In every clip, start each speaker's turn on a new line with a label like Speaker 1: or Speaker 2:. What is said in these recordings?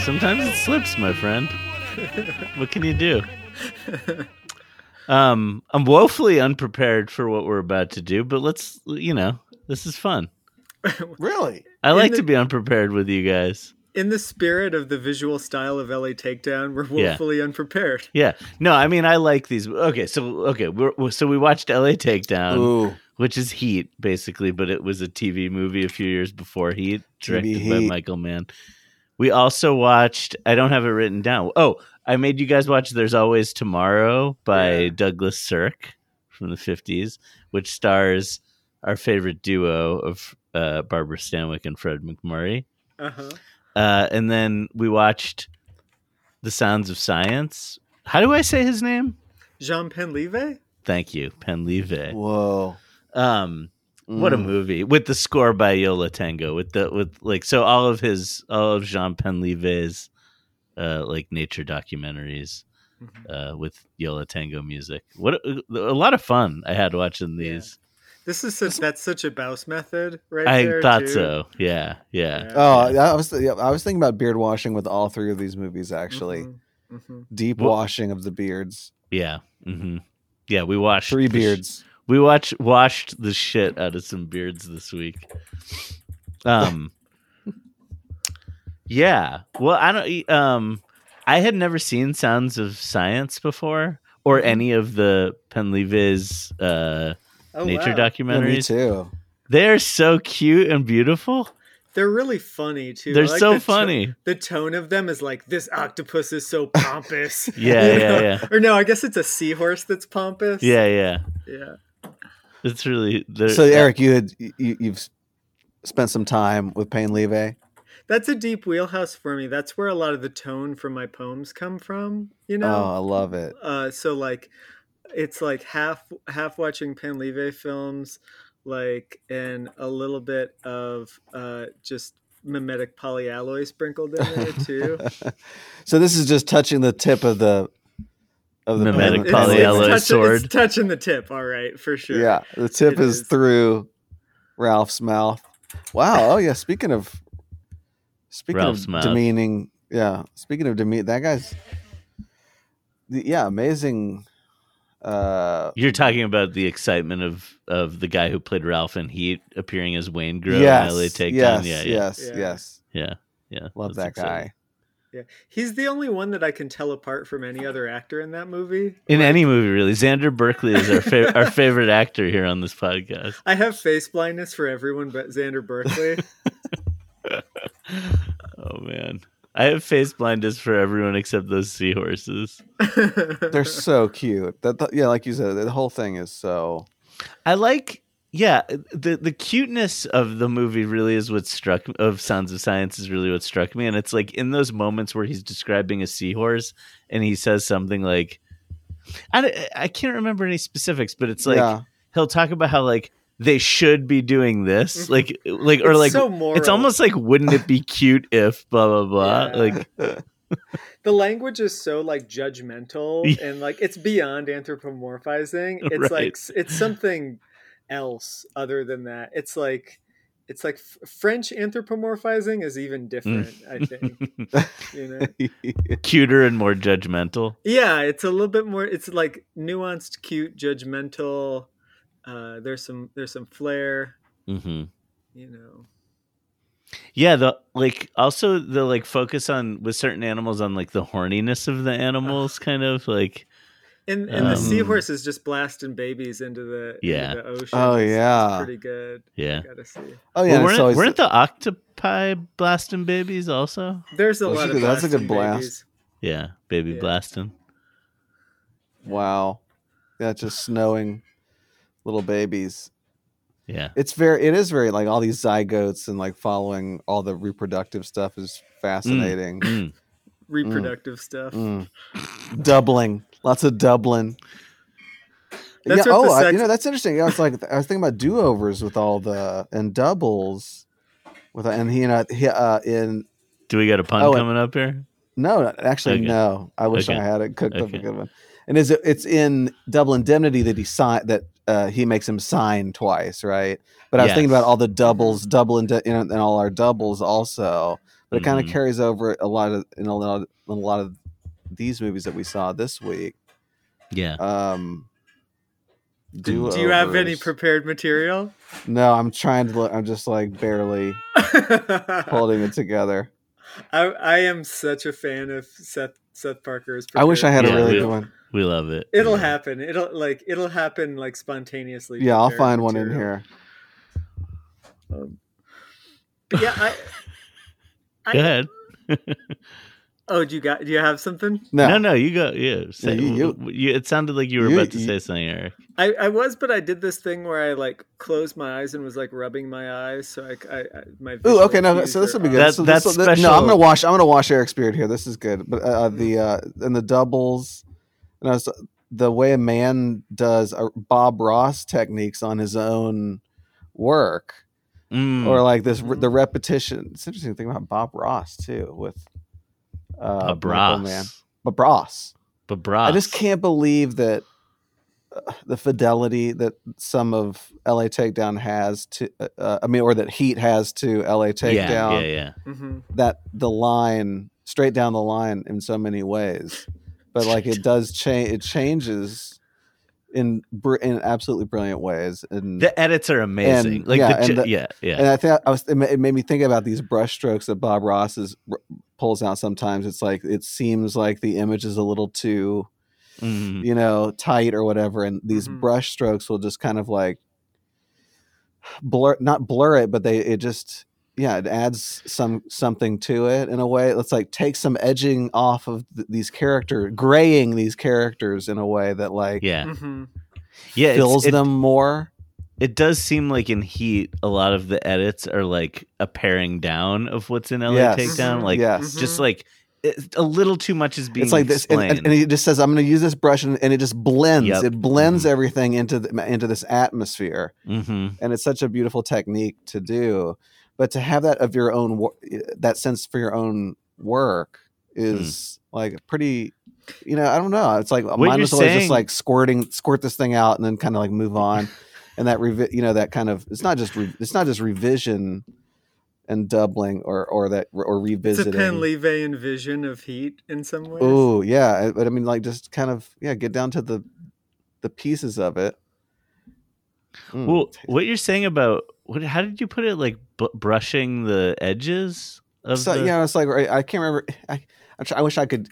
Speaker 1: Sometimes it slips, my friend. what can you do? Um, I'm woefully unprepared for what we're about to do, but let's, you know, this is fun.
Speaker 2: Really?
Speaker 1: I like
Speaker 2: the-
Speaker 1: to be unprepared with you guys.
Speaker 3: In the spirit of the visual style of LA Takedown, we're
Speaker 1: Yeah.
Speaker 3: woefully unprepared.
Speaker 1: Yeah. No, I mean, I like these. Okay. So, okay. We're, so we watched LA Takedown,
Speaker 2: Ooh.
Speaker 1: which is Heat, basically, but it was a TV movie a few years before Heat,
Speaker 2: TV
Speaker 1: directed by
Speaker 2: Heat.
Speaker 1: Michael Mann. We also watched, I don't have it written down. Oh, I made you guys watch There's Always Tomorrow by
Speaker 3: Yeah.
Speaker 1: Douglas Sirk from the 50s, which stars our favorite duo of uh, Barbara Stanwyck and Fred McMurray.
Speaker 3: Uh-huh.
Speaker 1: Uh, and then we watched The Sounds of Science. How do I say his name?
Speaker 3: Jean Penlive?
Speaker 1: Thank you, Penlive.
Speaker 2: Whoa.
Speaker 1: Um, what a
Speaker 2: Mm.
Speaker 1: movie with the score by Yola Tango with the with like so all of his all of Jean Penlive's uh like nature documentaries
Speaker 2: Mm-hmm.
Speaker 1: uh with Yola Tango music. What a, a lot of fun I had watching these.
Speaker 3: This is such, that's such a Baus method, right?
Speaker 1: I
Speaker 3: there,
Speaker 1: thought
Speaker 3: too.
Speaker 1: so. Yeah, yeah.
Speaker 3: Yeah.
Speaker 2: Oh, yeah, I was yeah, I was thinking about beard washing with all three of these movies.
Speaker 1: Mm-hmm.
Speaker 2: Actually,
Speaker 3: Mhm, mhm.
Speaker 2: deep
Speaker 1: Wha-
Speaker 2: washing of the beards.
Speaker 1: Yeah. hmm Yeah, we watched
Speaker 2: Three
Speaker 1: the sh-
Speaker 2: beards.
Speaker 1: we watched washed the shit out of some beards this week. Um Yeah. Well, I don't um I had never seen Sounds of Science before or
Speaker 3: Mm-hmm.
Speaker 1: any of the Penlevis uh
Speaker 3: Oh,
Speaker 1: nature
Speaker 3: wow.
Speaker 2: Yeah, me
Speaker 1: documentaries.
Speaker 2: too.
Speaker 1: They're so cute and beautiful.
Speaker 3: They're really funny too. I
Speaker 1: They're
Speaker 3: like
Speaker 1: so
Speaker 3: the to-
Speaker 1: funny.
Speaker 3: the tone of them is like this octopus is so pompous.
Speaker 1: Yeah,
Speaker 3: You
Speaker 1: yeah,
Speaker 3: know?
Speaker 1: yeah.
Speaker 3: Or no, I guess it's a seahorse that's pompous.
Speaker 1: yeah, yeah.
Speaker 3: Yeah.
Speaker 1: It's really they're,
Speaker 2: So Eric, you had you, you've spent some time with eh? Payne Leve.
Speaker 3: That's a deep wheelhouse for me. That's where a lot of the tone from my poems come from, you
Speaker 2: Oh,
Speaker 3: know?
Speaker 2: I love it.
Speaker 3: Uh, so like it's like half half watching Panleve films, like and a little bit of uh just mimetic polyalloy sprinkled in there too.
Speaker 2: so this is just touching the tip of the of the
Speaker 1: Mimetic
Speaker 3: It's-
Speaker 2: Payne Leve.
Speaker 3: it's
Speaker 1: polyalloy
Speaker 3: touching- it's
Speaker 1: sword.
Speaker 3: touching the tip, all right, for sure.
Speaker 2: Yeah, the tip
Speaker 3: It
Speaker 2: is,
Speaker 3: is.
Speaker 2: through Ralph's mouth. Wow. Oh yeah. Speaking of speaking
Speaker 1: Ralph's
Speaker 2: of
Speaker 1: mouth.
Speaker 2: demeaning. Yeah. Speaking of demean, that guy's. the- Yeah, amazing. Uh,
Speaker 1: You're talking about the excitement of of the guy who played Ralph and Heat appearing as Wayne Grove
Speaker 2: yes,
Speaker 1: in LA Takedown.
Speaker 2: yes,
Speaker 1: yeah, yeah,
Speaker 2: yes,
Speaker 3: Yeah.
Speaker 2: yes.
Speaker 1: yeah, yeah.
Speaker 2: Love
Speaker 1: That's
Speaker 2: that
Speaker 1: exciting.
Speaker 2: guy.
Speaker 3: Yeah, he's the only one that I can tell apart from any other actor in that movie.
Speaker 1: In any movie, really. Xander Berkeley is our fa- our favorite actor here on this podcast.
Speaker 3: I have face blindness for everyone but Xander Berkeley.
Speaker 1: Oh man, I have face blindness for everyone except those seahorses.
Speaker 2: They're so cute. That, that- yeah, like you said, the whole thing is so.
Speaker 1: I like, yeah, the the cuteness of the movie really is what struck of Sounds of Science is really what struck me, and it's like in those moments where he's describing a seahorse and he says something like, I don't- I can't remember any specifics, but it's like.
Speaker 2: yeah,
Speaker 1: he'll talk about how like they should be doing this like like or
Speaker 3: Mm-hmm. It's
Speaker 1: like
Speaker 3: so moral.
Speaker 1: it's almost like wouldn't it be cute if blah blah blah
Speaker 3: Yeah.
Speaker 1: like
Speaker 3: the language is so like judgmental and like it's beyond anthropomorphizing. It's
Speaker 1: Right.
Speaker 3: like it's something else other than that. It's like it's like f- French anthropomorphizing is even different.
Speaker 1: Mm.
Speaker 3: I think you know.
Speaker 1: cuter and more judgmental
Speaker 3: Yeah, it's a little bit more. It's like nuanced, cute, judgmental. Uh, there's some there's some flair.
Speaker 2: Mm-hmm.
Speaker 1: hmm
Speaker 3: You know.
Speaker 1: yeah the like also the like focus on with certain animals on like the horniness of the animals kind of like
Speaker 3: And and
Speaker 1: Um,
Speaker 3: the seahorse is just blasting babies into the into
Speaker 1: Yeah.
Speaker 3: the ocean.
Speaker 2: Oh,
Speaker 3: It's- it's
Speaker 2: yeah.
Speaker 3: pretty good.
Speaker 1: yeah
Speaker 3: Gotta see.
Speaker 2: oh yeah,
Speaker 1: well,
Speaker 2: and
Speaker 1: weren't,
Speaker 2: it's always-
Speaker 1: weren't the octopi blasting babies also
Speaker 3: There's a
Speaker 2: That's
Speaker 3: lot
Speaker 2: a
Speaker 3: of
Speaker 2: good- that's a good
Speaker 3: blasting
Speaker 2: blast.
Speaker 3: babies.
Speaker 1: yeah baby
Speaker 3: Yeah.
Speaker 1: blasting
Speaker 2: wow, yeah, just snowing little babies.
Speaker 1: yeah
Speaker 2: It's very, it is very like all these zygotes and like following all the reproductive stuff is fascinating.
Speaker 1: Mm.
Speaker 3: Reproductive stuff.
Speaker 2: Mm. Doubling, lots of doubling.
Speaker 3: That's
Speaker 2: yeah,
Speaker 3: what
Speaker 2: oh,
Speaker 3: the
Speaker 2: I, you
Speaker 3: sex-
Speaker 2: know that's interesting. Yeah, it's like I was thinking about do overs with all the and doubles with and he and I, he, uh, in
Speaker 1: do we got a pun
Speaker 2: Oh, and-
Speaker 1: coming up here
Speaker 2: No, no, actually,
Speaker 1: Okay.
Speaker 2: no. I wish
Speaker 1: Okay.
Speaker 2: I had it cooked up
Speaker 1: Okay.
Speaker 2: a good one. And is it, it's in Double Indemnity that he sign that uh, he makes him sign twice, right? But I was thinking
Speaker 1: Yes.
Speaker 2: about all the doubles, double inde- you know, and all our doubles also. but it kind of
Speaker 1: Mhm.
Speaker 2: carries over a lot of in a lot of, in a lot of these movies that we saw this week.
Speaker 1: Yeah.
Speaker 2: Um,
Speaker 1: Do-
Speaker 3: Do you have any
Speaker 2: do-overs.
Speaker 3: prepared material?
Speaker 2: No, I'm trying to. Look, I'm just like barely
Speaker 3: I,
Speaker 2: holding it together.
Speaker 3: I am such a fan of Seth Seth Parker's.
Speaker 2: I wish I had
Speaker 1: Yeah,
Speaker 2: a really
Speaker 1: we-
Speaker 2: good one.
Speaker 1: We love it.
Speaker 3: It'll
Speaker 1: Yeah.
Speaker 3: happen. It'll like it'll happen like spontaneously.
Speaker 2: Yeah, I'll
Speaker 3: prepared
Speaker 2: find one in
Speaker 3: material.
Speaker 2: here.
Speaker 3: But yeah. I, I-
Speaker 1: Go ahead.
Speaker 3: Oh, do you got? Do you have something?
Speaker 2: No,
Speaker 1: No, no, you go. Yeah. Say,
Speaker 2: you- you-
Speaker 1: w- you- it sounded like you were
Speaker 2: you-
Speaker 1: about to
Speaker 2: you-
Speaker 1: say something, Eric.
Speaker 3: I, I was, but I did this thing where I like closed my eyes and was like rubbing my eyes, so I, I, I my.
Speaker 2: Ooh,
Speaker 3: visual
Speaker 2: okay, no.
Speaker 3: cues
Speaker 2: So this
Speaker 3: are
Speaker 2: will be good.
Speaker 3: off.
Speaker 1: That-
Speaker 2: so
Speaker 1: that's
Speaker 2: this will- th- No, I'm
Speaker 1: special.
Speaker 2: gonna wash. I'm gonna wash Eric's beard here. This is good. But uh, the uh, and the doubles, and I was, the way a man does uh, Bob Ross techniques on his own work,
Speaker 1: Mm.
Speaker 2: or like this re-
Speaker 3: Mhm.
Speaker 2: the repetition. It's interesting thing about Bob Ross too with uh,
Speaker 1: Bob
Speaker 2: Michael
Speaker 1: Ross.
Speaker 2: Mann. Bob Ross.
Speaker 1: Bob Ross.
Speaker 2: I just can't believe that uh, the fidelity that some of LA Takedown has to, uh, uh, I mean, or that Heat has to LA Takedown,
Speaker 1: yeah, Yeah, yeah.
Speaker 3: Mhm.
Speaker 2: that the line, straight down the line in so many ways. But like it does change, it changes in, br- in absolutely brilliant ways. And,
Speaker 1: The edits are amazing.
Speaker 2: And-
Speaker 1: like
Speaker 2: yeah,
Speaker 1: the,
Speaker 2: and
Speaker 1: ju-
Speaker 2: the-
Speaker 1: yeah, yeah.
Speaker 2: and I think I was, it ma- it made me think about these brushstrokes that Bob Ross is, r- pulls out sometimes. It's like, it seems like the image is a little too
Speaker 1: Mhm.
Speaker 2: you know, tight or whatever, and these
Speaker 1: Mm-hmm.
Speaker 3: Mhm.
Speaker 2: brush strokes will just kind of like blur not blur it, but they it just yeah, it adds some something to it in a way. It's like take some edging off of th- these character, graying these characters in a way that like
Speaker 1: Yeah.
Speaker 3: Mhm.
Speaker 1: Yeah. it's-
Speaker 2: fills
Speaker 1: it,
Speaker 2: them more.
Speaker 1: It does seem like in Heat, a lot of the edits are like a paring down of what's in LA
Speaker 2: Yes.
Speaker 1: Takedown. Like,
Speaker 2: yes.
Speaker 1: just like it, a little too much is being
Speaker 2: It's like this, and,
Speaker 1: explained.
Speaker 2: and, and he just says, "I'm going to use this brush," and, and it just blends.
Speaker 1: Yep.
Speaker 2: It blends
Speaker 1: Mhm.
Speaker 2: everything into the, into this atmosphere.
Speaker 1: hmm
Speaker 2: and it's such a beautiful technique to do but to have that of your own wo- that sense for your own work is like pretty you know i don't know it's like mine
Speaker 1: you're
Speaker 2: was always
Speaker 1: saying-
Speaker 2: just like squirting squirt this thing out and then kind of like move on and that revi- you know that kind of it's not just re- it's not just revision and doubling or or that or
Speaker 3: It's a
Speaker 2: revisiting
Speaker 3: Penlevean vision of heat in some ways.
Speaker 2: Ooh, yeah, I- but I mean, like, just kind of, yeah, get down to the the pieces of it. Mm.
Speaker 1: Well, what you're saying about what? How did you put it? Like b- brushing the edges of
Speaker 2: so,
Speaker 1: the.
Speaker 2: yeah, it's like right, I can't remember. I I'm try- I wish I could.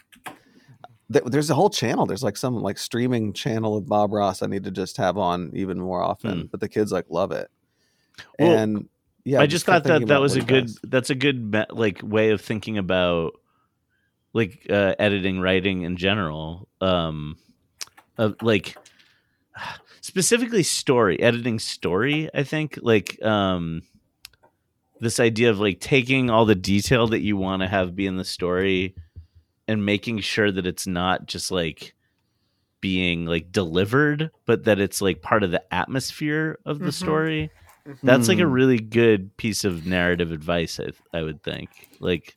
Speaker 2: th- There's a whole channel. There's like some like streaming channel of Bob Ross. I need to just have on even more often. But the kids like love it.
Speaker 1: Hmm. Well,
Speaker 2: And yeah,
Speaker 1: I just
Speaker 2: kept
Speaker 1: thought that
Speaker 2: thinking
Speaker 1: that
Speaker 2: about
Speaker 1: was a
Speaker 2: what he
Speaker 1: good.
Speaker 2: does.
Speaker 1: That's a good me- like way of thinking about like uh, editing, writing in general. Um, of like specifically story editing story. I think like um, this idea of like taking all the detail that you want to have be in the story and making sure that it's not just like being like delivered but that it's like part of the atmosphere of the
Speaker 2: Mm-hmm.
Speaker 3: Mhm.
Speaker 1: story that's like a
Speaker 2: Mhm.
Speaker 1: really good piece of narrative advice, I, th- I would think. Like,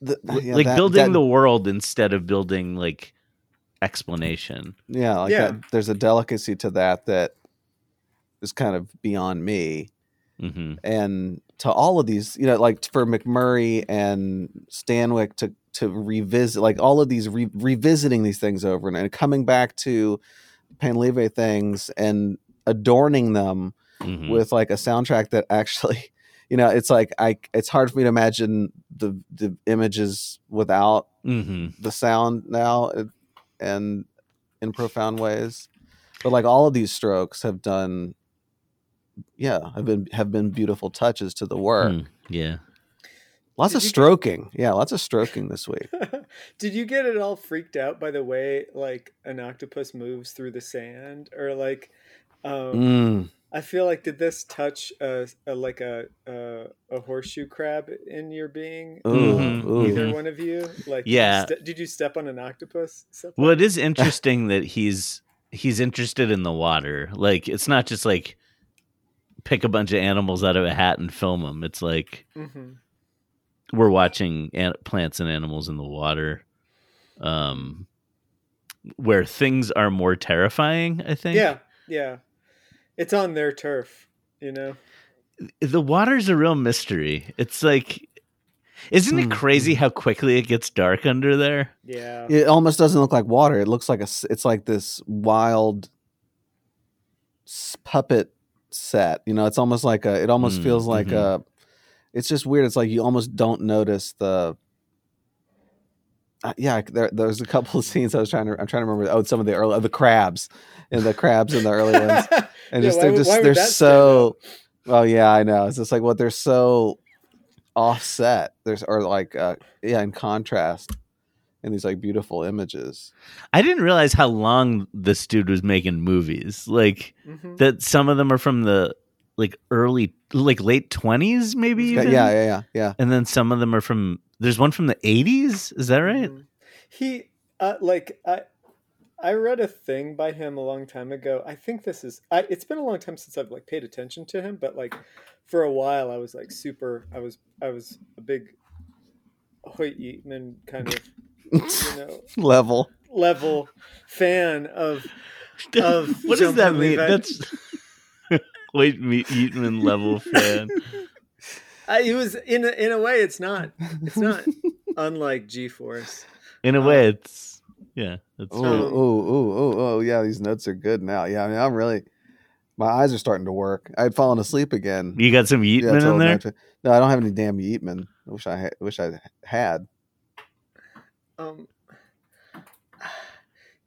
Speaker 2: The- Oh, yeah,
Speaker 1: like
Speaker 2: that-
Speaker 1: building
Speaker 2: that-
Speaker 1: the world instead of building like explanation.
Speaker 2: yeah, like
Speaker 3: Yeah.
Speaker 2: That, there's a delicacy to that that is kind of beyond me.
Speaker 1: hmm
Speaker 2: and to all of these, you know, like for McMurray and Stanwick to to revisit, like all of these re- revisiting these things over and, and coming back to Panleve things and adorning them
Speaker 1: hmm
Speaker 2: with like a soundtrack that actually, you know, it's like I it's hard for me to imagine the the images without
Speaker 1: hmm
Speaker 2: the sound now uh, and in profound ways but like all of these strokes have done yeah have been have been beautiful touches to the work
Speaker 1: Yeah.
Speaker 2: lots of
Speaker 3: Did you-
Speaker 2: stroking yeah lots of stroking this week
Speaker 3: Did you get at all freaked out by the way like an octopus moves through the sand or like um
Speaker 2: Mm.
Speaker 3: I feel like did this touch a, a like a, a a horseshoe crab in your being?
Speaker 2: Ooh,
Speaker 1: Mhm,
Speaker 2: ooh.
Speaker 3: Either one of Mm-hmm. you? Like
Speaker 1: Yeah.
Speaker 3: ste- did you step on an octopus? Step
Speaker 1: Well, it is interesting that he's he's interested in the water. Like, it's not just like pick a bunch of animals out of a hat and film them. It's like
Speaker 3: Mhm.
Speaker 1: we're watching an- plants and animals in the water, um, where things are more terrifying. I think.
Speaker 3: Yeah, yeah. It's on their turf, you know.
Speaker 1: the water's a real mystery. It's like Isn't it
Speaker 2: Mm-hmm.
Speaker 1: crazy how quickly it gets dark under there?
Speaker 3: Yeah.
Speaker 2: It almost doesn't look like water. It looks like a. s- It's like this wild s- puppet set. You know, it's almost like a. It almost
Speaker 1: Mm,
Speaker 2: feels like
Speaker 1: mhm.
Speaker 2: a. It's just weird. It's like you almost don't notice the. Uh, yeah, there, there's a couple of scenes I was trying to. I'm trying to remember. Oh, some of the early the crabs, and the crabs in the early ones, and
Speaker 3: Yeah,
Speaker 2: just
Speaker 3: why
Speaker 2: they're
Speaker 3: would-
Speaker 2: just
Speaker 3: why would
Speaker 2: they're
Speaker 3: that stand
Speaker 2: so. Oh yeah, I know. It's just like what they're so offset. There's or like uh, yeah, in contrast in these like beautiful images.
Speaker 1: I didn't realize how long this dude was making movies. Like
Speaker 3: Mhm.
Speaker 1: that some of them are from the like early like late 20s maybe
Speaker 2: Yeah,
Speaker 1: even?
Speaker 2: yeah, yeah, yeah, yeah.
Speaker 1: And then some of them are from there's one from the 80s, is that right?
Speaker 3: Mhm. He uh, like I I read a thing by him a long time ago. I think this is I it's been a long time since I've like paid attention to him, but like for a while I was like super I was I was a big Hoyt Eatman kind of, you know,
Speaker 2: Level.
Speaker 3: level fan of
Speaker 2: Mm-hmm.
Speaker 3: Of
Speaker 1: what does
Speaker 3: John
Speaker 1: that
Speaker 3: Belushi.
Speaker 1: mean? That's Wait, me Eatman level fan.
Speaker 3: I, it was in a, in a way it's not it's not unlike G-force.
Speaker 1: In a
Speaker 3: Uh,
Speaker 1: way it's yeah, that's
Speaker 2: Ooh, ooh,
Speaker 1: right.
Speaker 3: Um,
Speaker 2: ooh, ooh, oh, yeah. These notes are good now. Yeah, I mean, I'm really. My eyes are starting to work. I'd fallen asleep again.
Speaker 1: You got some
Speaker 2: Yeah,
Speaker 1: Eatman
Speaker 2: it's all
Speaker 1: in there?
Speaker 2: natural. No, I don't have any damn Yeatman. I wish I had, wish I had.
Speaker 3: Um,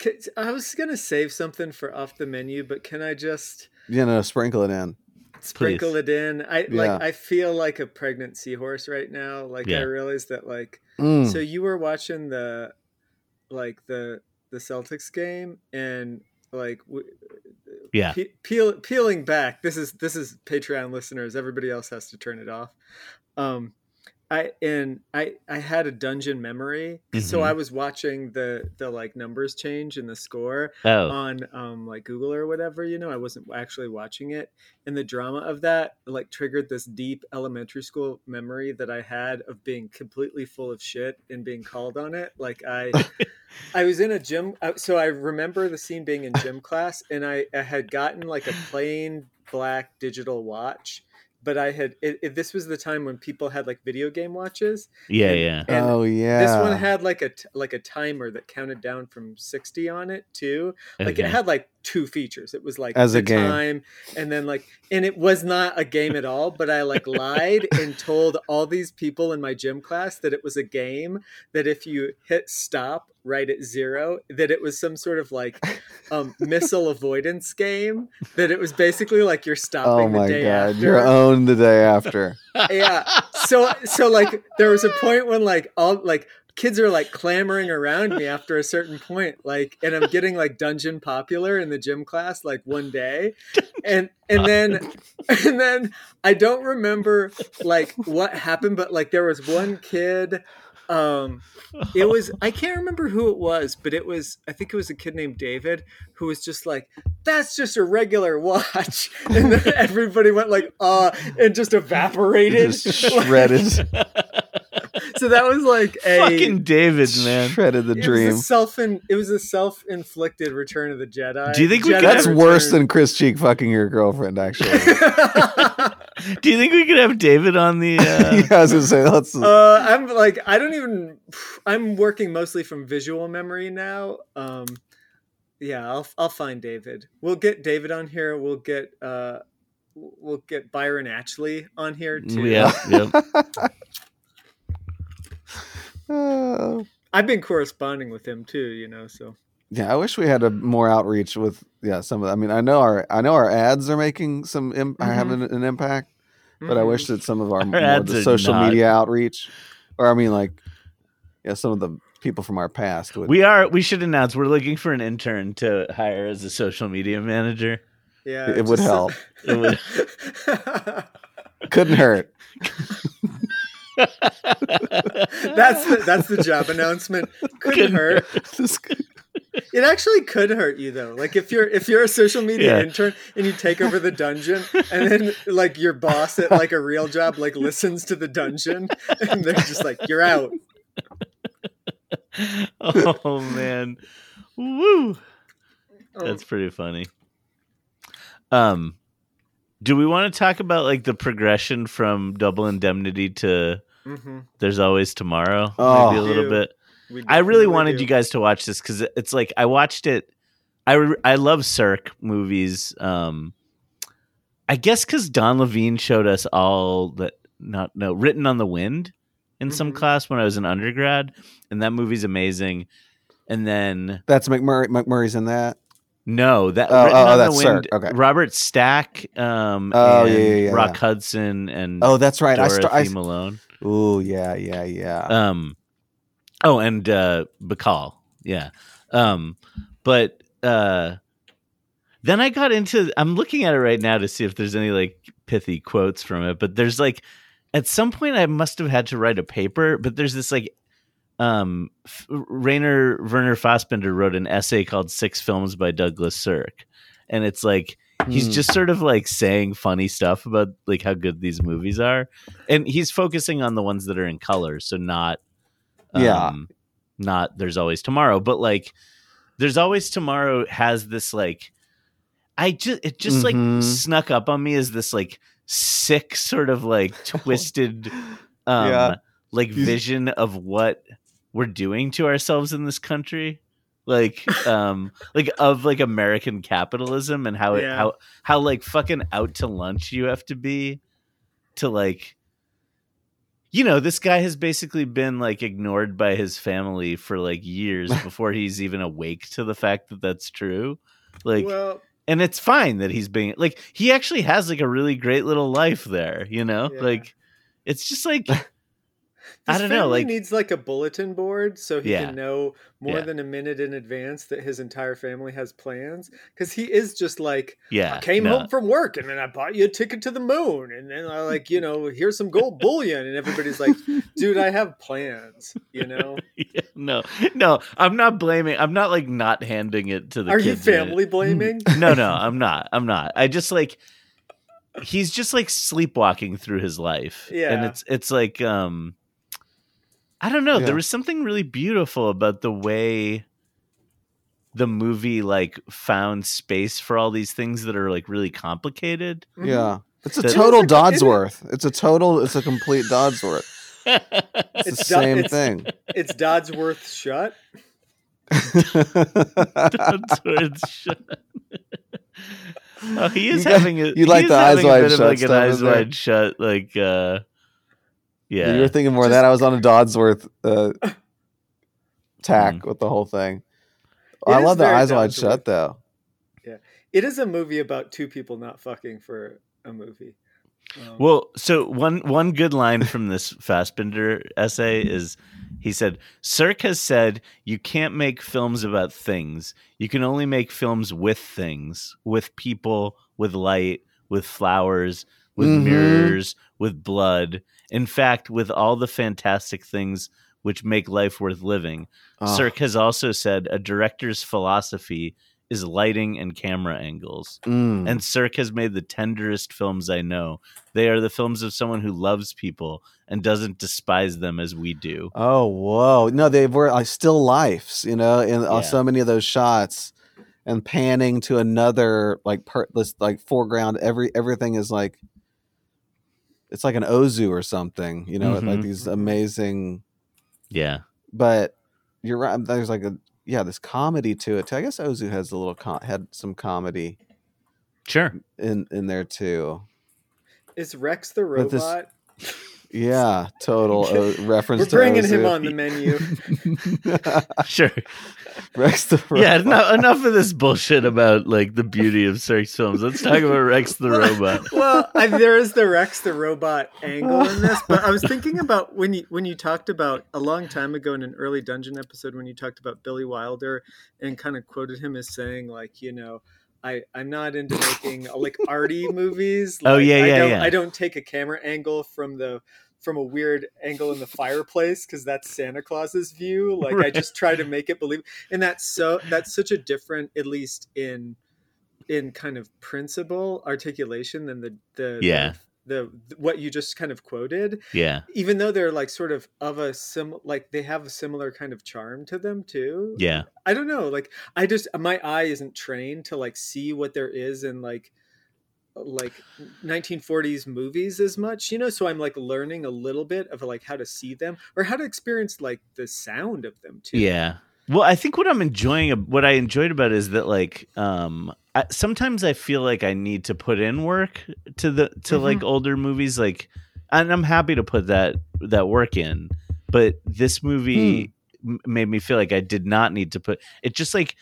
Speaker 3: c- I was gonna save something for off the menu, but can I just
Speaker 2: You know, sprinkle it in.
Speaker 3: sprinkle it in? I
Speaker 2: Yeah.
Speaker 3: like I feel like a pregnant seahorse right now. Like
Speaker 1: Yeah. Hmm.
Speaker 3: I realize that like
Speaker 2: Mm.
Speaker 3: so you were watching the like the the Celtics game and like w-
Speaker 1: Yeah.
Speaker 3: pe- peel, peeling back this is this is patreon listeners everybody else has to turn it off um i and i i had a dungeon memory so
Speaker 1: Mhm.
Speaker 3: i was watching the the like numbers change in the score
Speaker 1: Oh.
Speaker 3: on um like google or whatever you know i wasn't actually watching it and the drama of that like triggered this deep elementary school memory that i had of being completely full of shit and being called on it like i i was in a gym uh, so i remember the scene being in gym class and i, I had gotten like a plain black digital watch but i had it, it, this was the time when people had like video game watches
Speaker 1: Yeah,
Speaker 3: and-
Speaker 1: yeah.
Speaker 3: and
Speaker 2: oh yeah.
Speaker 3: this one had like a t- like a timer that counted down from 60 on it too like it
Speaker 1: Okay.
Speaker 3: had like two features it was like
Speaker 2: As a
Speaker 3: the
Speaker 2: game.
Speaker 3: time and then like and it was not a game at all but i like lied and told all these people in my gym class that it was a game that if you hit stop right at zero that it was some sort of like um missile avoidance game that it was basically like you're
Speaker 2: Oh
Speaker 3: stopping the
Speaker 2: my
Speaker 3: day
Speaker 2: god! uh,
Speaker 3: after
Speaker 2: Your own the day after.
Speaker 3: yeah. So so like there was a point when like all like kids are like clamoring around me after a certain point like and I'm getting like dungeon popular in the gym class like one day and and then and then I don't remember like what happened but like there was one kid um it was I can't remember who it was but it was I think it was a kid named David who was just like that's just a regular watch and then everybody went like uh and just evaporated
Speaker 2: Just shredded,
Speaker 3: so that was like a
Speaker 1: Fucking David, man.
Speaker 2: shredded the
Speaker 3: it
Speaker 2: dream.
Speaker 3: was a self in, it was a self-inflicted return of the jedi
Speaker 1: Do you think we
Speaker 3: Jedi
Speaker 1: could-
Speaker 2: That's worse
Speaker 3: Return.
Speaker 2: than Chris Cheek fucking your girlfriend, actually.
Speaker 1: Do you think we could have David on the uh,
Speaker 2: yeah, I was gonna say that's
Speaker 3: uh, i'm like i don't even i'm working mostly from visual memory now um yeah i'll i'll find david we'll get david on here we'll get uh we'll get byron atchley on here too
Speaker 1: Yeah, yeah.
Speaker 2: Uh,
Speaker 3: i've been corresponding with him too you know so
Speaker 2: yeah, I wish we had a more outreach with yeah some of. I mean, I know our I know our ads are making some Im- are
Speaker 3: Mm-hmm.
Speaker 2: having an impact, but I
Speaker 3: Mhm.
Speaker 2: wish that some of our, more
Speaker 1: ads
Speaker 2: the
Speaker 1: are
Speaker 2: social
Speaker 1: not-
Speaker 2: media outreach, or I mean, like yeah, some of the people from our past would.
Speaker 1: We are. We should announce we're looking for an intern to hire as a social media manager. Oh,
Speaker 3: yeah
Speaker 2: it would
Speaker 3: just-
Speaker 2: help.
Speaker 1: It would-
Speaker 2: Couldn't hurt.
Speaker 3: that's the, that's the job announcement. Couldn't
Speaker 1: Couldn't
Speaker 3: hurt.
Speaker 2: This-
Speaker 3: It actually could hurt you though. Like if you're if you're a social media
Speaker 1: Yeah.
Speaker 3: intern and you take over the dungeon, and then like your boss at like a real job like listens to the dungeon, and they're just like, "You're out."
Speaker 1: oh man, woo!
Speaker 3: Um,
Speaker 1: That's pretty funny. Um, do we want to talk about like the progression from Double Indemnity to
Speaker 3: hmm
Speaker 1: There's always tomorrow.
Speaker 2: Oh.
Speaker 1: Maybe a little
Speaker 3: Ew.
Speaker 1: bit. I really wanted you guys to watch this because it's like I watched it. I re- I love Cirque movies. Um, I guess because Don Levine showed us all that not no written on the wind in some
Speaker 3: Mhm.
Speaker 1: class when I was an undergrad, and that movie's amazing. And then
Speaker 2: That's McMurray. McMurray's in that.
Speaker 1: no, that
Speaker 2: Oh,
Speaker 1: written
Speaker 2: oh, oh,
Speaker 1: on the
Speaker 2: that's
Speaker 1: wind.
Speaker 2: Cirque. Okay.
Speaker 1: Robert Stack, um,
Speaker 2: Oh,
Speaker 1: and
Speaker 2: yeah, yeah, yeah,
Speaker 1: Rock
Speaker 2: yeah.
Speaker 1: Hudson, and
Speaker 2: Oh, that's right.
Speaker 1: Dorothy
Speaker 2: I start.
Speaker 1: Malone.
Speaker 2: I, ooh, yeah, yeah, yeah.
Speaker 1: um oh and uh bacall yeah um but uh then i got into i'm looking at it right now to see if there's any like pithy quotes from it but there's like at some point i must have had to write a paper but there's this like um F- rainer werner fassbender wrote an essay called six films by douglas sirk and it's like he's
Speaker 2: Hmm.
Speaker 1: just sort of like saying funny stuff about like how good these movies are and he's focusing on the ones that are in color so not um,
Speaker 2: Yeah.
Speaker 1: not there's always tomorrow but like there's always tomorrow has this like i just it just
Speaker 2: Mhm.
Speaker 1: like snuck up on me as this like sick sort of like twisted
Speaker 3: Mm-hmm.
Speaker 1: um
Speaker 2: Yeah.
Speaker 1: like
Speaker 2: He's-
Speaker 1: vision of what we're doing to ourselves in this country like um like of like american capitalism and how it
Speaker 3: Yeah.
Speaker 1: how how like fucking out to lunch you have to be to like you know this guy has basically been like ignored by his family for like years before he's even awake to the fact that that's true like
Speaker 3: well,
Speaker 1: and it's fine that he's being like he actually has like a really great little life there you know
Speaker 3: Yeah.
Speaker 1: like it's just like
Speaker 3: his
Speaker 1: I don't know,
Speaker 3: family
Speaker 1: like-
Speaker 3: needs like a bulletin board so he
Speaker 1: Yeah.
Speaker 3: can know more
Speaker 1: Yeah.
Speaker 3: than a minute in advance that his entire family has plans. Because he is just like,
Speaker 1: yeah
Speaker 3: I came
Speaker 1: Uh, no.
Speaker 3: home from work and then I bought you a ticket to the moon and then I like, you know, here's some gold bullion and everybody's like, dude, I have plans. You know,
Speaker 1: Yeah, no, no, I'm not blaming. I'm not like not handing it to the.
Speaker 3: are you
Speaker 1: kids yet.
Speaker 3: family blaming?
Speaker 1: No, no, I'm not. I'm not. I just like he's just like sleepwalking through his life. and
Speaker 3: Yeah.
Speaker 1: it's it's like um, I don't know.
Speaker 2: Yeah.
Speaker 1: There was something really beautiful about the way the movie like found space for all these things that are like really complicated.
Speaker 2: yeah. It's a
Speaker 1: That-
Speaker 2: total
Speaker 3: It's like- it is-
Speaker 2: Dodsworth. It's a total. It's a complete Dodsworth. It's,
Speaker 3: It's
Speaker 2: the
Speaker 3: Do-
Speaker 2: same
Speaker 3: it's-
Speaker 2: thing.
Speaker 3: It's Dodsworth shut.
Speaker 1: That's where it's shut. Oh, he is
Speaker 2: You got-
Speaker 1: having a,
Speaker 2: you like
Speaker 1: he is
Speaker 2: the eyes
Speaker 1: having a
Speaker 2: wide
Speaker 1: bit of
Speaker 2: shut
Speaker 1: like an
Speaker 2: stuff,
Speaker 1: eyes
Speaker 2: isn't there?
Speaker 1: wide shut, like uh, yeah,
Speaker 2: You were thinking more of
Speaker 3: Just-
Speaker 2: that. I was on a Dodsworth uh,
Speaker 1: Mm-hmm.
Speaker 2: tack with the whole thing.
Speaker 3: It
Speaker 2: I
Speaker 3: is
Speaker 2: love the
Speaker 3: very
Speaker 2: eyes wide
Speaker 3: Dodsworth.
Speaker 2: shut though.
Speaker 3: It is a movie about two people not fucking for a movie. Um,
Speaker 1: Well, so one one good line from this Fassbender essay is he said, Cirque has said you can't make films about things. You can only make films with things, with people, with light, with flowers, with
Speaker 2: Mhm.
Speaker 1: mirrors, with blood. In fact, with all the fantastic things which make life worth living.
Speaker 2: Oh,
Speaker 1: Cirque has also said a director's philosophy is lighting and camera angles.
Speaker 2: mm.
Speaker 1: And Cirque has made the tenderest films I know. They are the films of someone who loves people and doesn't despise them as we do.
Speaker 2: Oh whoa! No, they were like still lifes, you know, in uh,
Speaker 1: Yeah.
Speaker 2: so many of those shots, and panning to another like per, this like foreground. Every everything is like it's like an ozu or something, you know, with, like
Speaker 1: Mhm.
Speaker 2: these amazing.
Speaker 1: Yeah.
Speaker 2: But you're right. There's like a yeah, this comedy to it too. I guess ozu has a little com- had some comedy
Speaker 1: Sure.
Speaker 2: in in there too.
Speaker 3: is Rex the
Speaker 2: But this-
Speaker 3: robot?
Speaker 2: Yeah, total o- reference.
Speaker 3: We're
Speaker 2: to
Speaker 3: bringing him
Speaker 2: Ozu.
Speaker 3: on the menu.
Speaker 1: Sure.
Speaker 2: Rex the
Speaker 1: Yeah,
Speaker 2: robot.
Speaker 1: no, enough of this bullshit about like the beauty of Cirque's films. Let's talk about Rex the robot.
Speaker 3: well, I, there is the Rex the robot angle in this, but I was thinking about when you when you talked about a long time ago in an early dungeon episode when you talked about Billy Wilder and kind of quoted him as saying like, you know, I I'm not into making uh, like arty movies.
Speaker 1: Oh,
Speaker 3: Like,
Speaker 1: yeah,
Speaker 3: I
Speaker 1: yeah,
Speaker 3: don't,
Speaker 1: yeah.
Speaker 3: I don't take a camera angle from the from a weird angle in the fireplace because that's Santa Claus's view. Like I
Speaker 1: Right.
Speaker 3: just try to make it believe, and that's so that's such a different, at least in in kind of principle articulation than the the
Speaker 1: Yeah.
Speaker 3: the, the what you just kind of quoted.
Speaker 1: Yeah.
Speaker 3: Even though they're like sort of of a sim like they have a similar kind of charm to them too.
Speaker 1: Yeah.
Speaker 3: I don't know. Like I just my eye isn't trained to like see what there is in like like 1940s movies as much you know so i'm like learning a little bit of like how to see them or how to experience like the sound of them too
Speaker 1: Yeah. Well, I think what I'm enjoying, what I enjoyed about it is that like, um, I, sometimes I feel like I need to put in work to the to
Speaker 3: Mhm.
Speaker 1: like older movies, like, and I'm happy to put that that work in, but this movie
Speaker 3: Hmm.
Speaker 1: m- made me feel like I did not need to put it. Just like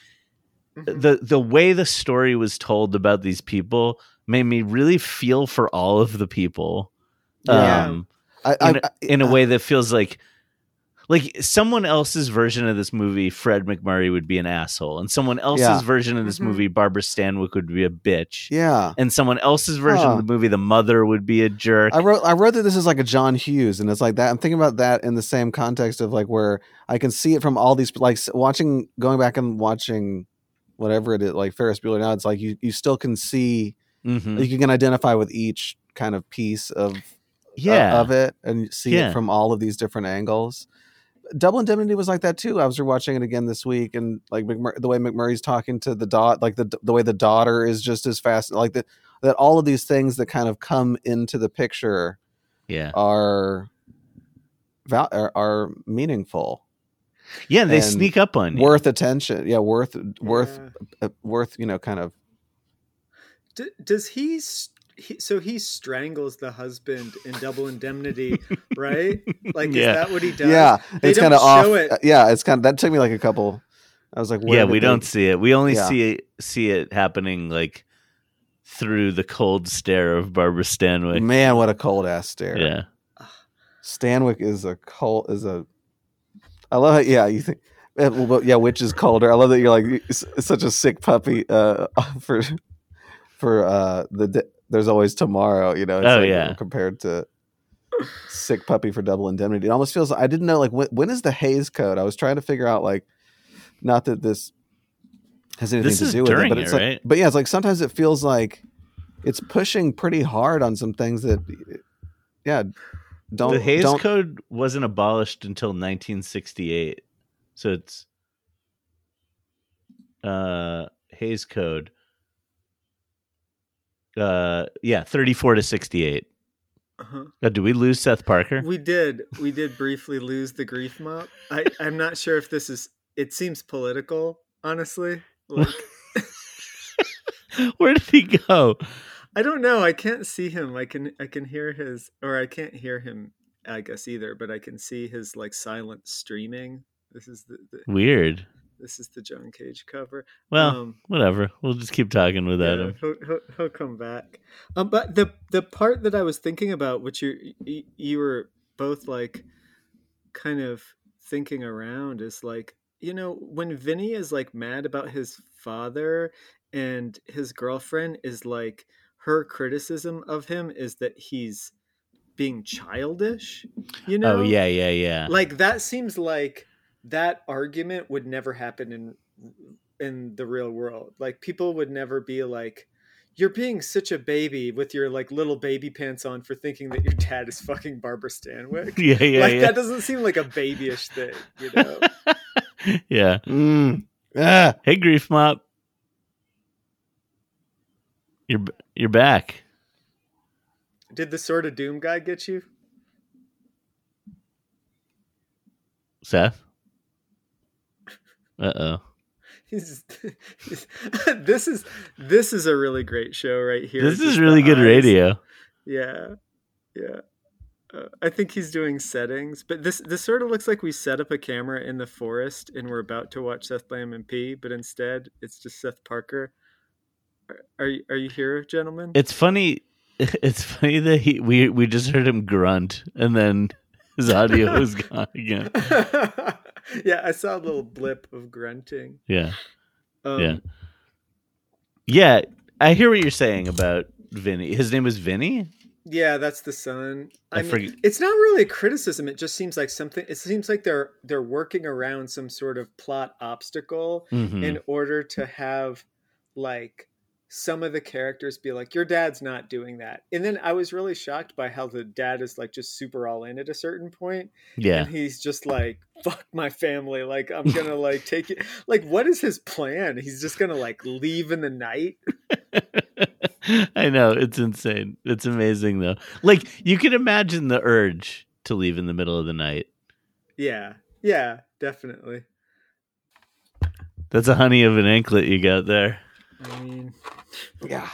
Speaker 3: Mhm.
Speaker 1: the the way the story was told about these people made me really feel for all of the people.
Speaker 3: Yeah.
Speaker 1: Um,
Speaker 2: Uh, I,
Speaker 1: in, a
Speaker 2: I-
Speaker 1: in a way that feels like like someone else's version of this movie fred mcmurray would be an asshole and someone else's
Speaker 2: Yeah.
Speaker 1: version of this
Speaker 3: Mhm.
Speaker 1: movie barbara stanwyck would be a bitch
Speaker 2: yeah.
Speaker 1: and someone else's version
Speaker 2: Huh.
Speaker 1: of the movie the mother would be a jerk
Speaker 2: I wrote I wrote that this is like a John Hughes, and it's like that. I'm thinking about that in the same context of like where I can see it from all these like s- watching going back and watching whatever it is like Ferris Bueller now. It's like you you still can see
Speaker 1: Mhm.
Speaker 2: you can identify with each kind of piece of
Speaker 1: yeah
Speaker 2: uh, of it and see
Speaker 1: Yeah.
Speaker 2: it from all of these different angles. Double Indemnity was like that too. I was rewatching it again this week, and like McMur- the way McMurray's talking to the dot, like the the way the daughter is just as fast, like that. That all of these things that kind of come into the picture
Speaker 1: yeah
Speaker 2: are val- are, are meaningful,
Speaker 1: yeah and they
Speaker 2: and
Speaker 1: sneak up on you
Speaker 2: worth attention. Yeah, worth worth
Speaker 3: Yeah.
Speaker 2: uh, worth you know kind of
Speaker 3: D- does he, s- he so he strangles the husband in double indemnity right like
Speaker 1: Yeah.
Speaker 3: is that what he does
Speaker 2: yeah.
Speaker 3: They
Speaker 2: it's
Speaker 3: don't
Speaker 2: kind of off.
Speaker 3: show it.
Speaker 2: uh, Yeah, it's kind of that took me like a couple. I was like, where
Speaker 1: yeah
Speaker 2: did
Speaker 1: we
Speaker 2: they-
Speaker 1: don't see it we only
Speaker 2: Yeah.
Speaker 1: see it see it happening like through the cold stare of barbara stanwyck
Speaker 2: Man, what a cold ass stare.
Speaker 1: yeah
Speaker 2: Stanwick is a cold is a. I love it. Yeah, you think. eh, well, but Yeah, which is colder. I love that you're like you- s- such a sick puppy uh, for for uh, the. d There's always tomorrow. You know.
Speaker 1: Oh,
Speaker 2: like,
Speaker 1: yeah.
Speaker 2: Compared to sick puppy for double indemnity, it almost feels. I didn't know like when, when is the Hayes Code. I was trying to figure out like, not that this has anything
Speaker 1: This
Speaker 2: to
Speaker 1: is
Speaker 2: do with it,
Speaker 1: during
Speaker 2: but
Speaker 1: it,
Speaker 2: it's like,
Speaker 1: right?
Speaker 2: but yeah, it's like sometimes it feels like it's pushing pretty hard on some things that, yeah, don't
Speaker 1: the Hayes
Speaker 2: don't
Speaker 1: Code wasn't abolished until 1968, so it's uh, Hayes Code. Uh, yeah, 34 to 68.
Speaker 3: uh-huh.
Speaker 1: Uh, do we lose Seth Parker?
Speaker 3: we did we did briefly lose the grief mop i i'm not sure if this is it seems political honestly like
Speaker 1: Where did he go?
Speaker 3: I don't know. I can't see him. I can I can hear his or I can't hear him. I guess either, but I can see his like silent streaming. This is the, the
Speaker 1: Weird.
Speaker 3: this is the John Cage cover.
Speaker 1: Well,
Speaker 3: um,
Speaker 1: whatever. We'll just keep talking without
Speaker 3: yeah,
Speaker 1: him.
Speaker 3: he'll, he'll, he'll come back. Um, but the the part that I was thinking about, which you you, you were both like, kind of thinking around, is like you know when Vinny is like mad about his father, and his girlfriend is like her criticism of him is that he's being childish. You know?
Speaker 1: Oh yeah, yeah, yeah.
Speaker 3: like that seems like that argument would never happen in in the real world like people would never be like you're being such a baby with your like little baby pants on for thinking that your dad is fucking barbara stanwyck
Speaker 1: yeah, yeah,
Speaker 3: like
Speaker 1: yeah.
Speaker 3: that doesn't seem like a babyish thing you know
Speaker 1: yeah.
Speaker 2: Mm. Ah.
Speaker 1: Hey, Grief Mop. You're b- you're back.
Speaker 3: did the sword of doom guy get you
Speaker 1: Seth? Uh oh.
Speaker 3: He's- he's- this is this is a really great show right here
Speaker 1: This
Speaker 3: Just
Speaker 1: is
Speaker 3: the
Speaker 1: really good
Speaker 3: eyes.
Speaker 1: radio.
Speaker 3: Yeah, yeah. Uh, I think he's doing settings, but this this sort of looks like we set up a camera in the forest and we're about to watch Seth Lamb and P, but instead it's just Seth Parker. Are- Are you are you here, gentlemen?
Speaker 1: It's funny. It's funny that he we we just heard him grunt and then his audio was gone again.
Speaker 3: yeah, I saw a little blip of grunting.
Speaker 1: Yeah,
Speaker 3: Um,
Speaker 1: Yeah. yeah. I hear what you're saying about Vinny. His name was Vinny.
Speaker 3: Yeah, that's the sun. I,
Speaker 1: I
Speaker 3: mean,
Speaker 1: forget-
Speaker 3: it's not really a criticism. It just seems like something. It seems like they're they're working around some sort of plot obstacle
Speaker 1: Mhm.
Speaker 2: Hmm.
Speaker 3: in order to have like some of the characters be like your dad's not doing that and then i was really shocked by how the dad is like just super all in at a certain point
Speaker 1: yeah,
Speaker 3: and he's just like fuck my family like i'm gonna like take it like what is his plan he's just gonna like leave in the night
Speaker 1: I know it's insane. It's amazing though. Like you can imagine the urge to leave in the middle of the night.
Speaker 3: Yeah. Yeah, definitely.
Speaker 1: That's a honey of an anklet you got there.
Speaker 3: I mean,
Speaker 2: Yeah.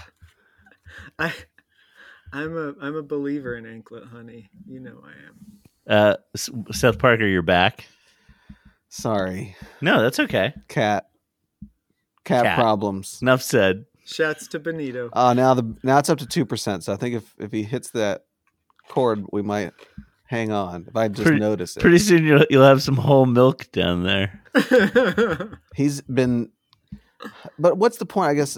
Speaker 3: I I'm a I'm a believer in anklet honey. You know I am.
Speaker 1: Uh, S- Seth Parker, you're back.
Speaker 2: Sorry.
Speaker 1: No, that's okay.
Speaker 2: Cat. Cat,
Speaker 1: Cat.
Speaker 2: problems.
Speaker 1: Enough said.
Speaker 3: Shouts to Benito.
Speaker 2: Uh now the now it's up to two percent. So I think if if he hits that chord, we might hang on. If I just
Speaker 1: Pretty-
Speaker 2: notice it.
Speaker 1: Pretty soon you'll you'll have some whole milk down there.
Speaker 2: Uh, He's been but what's the point? I guess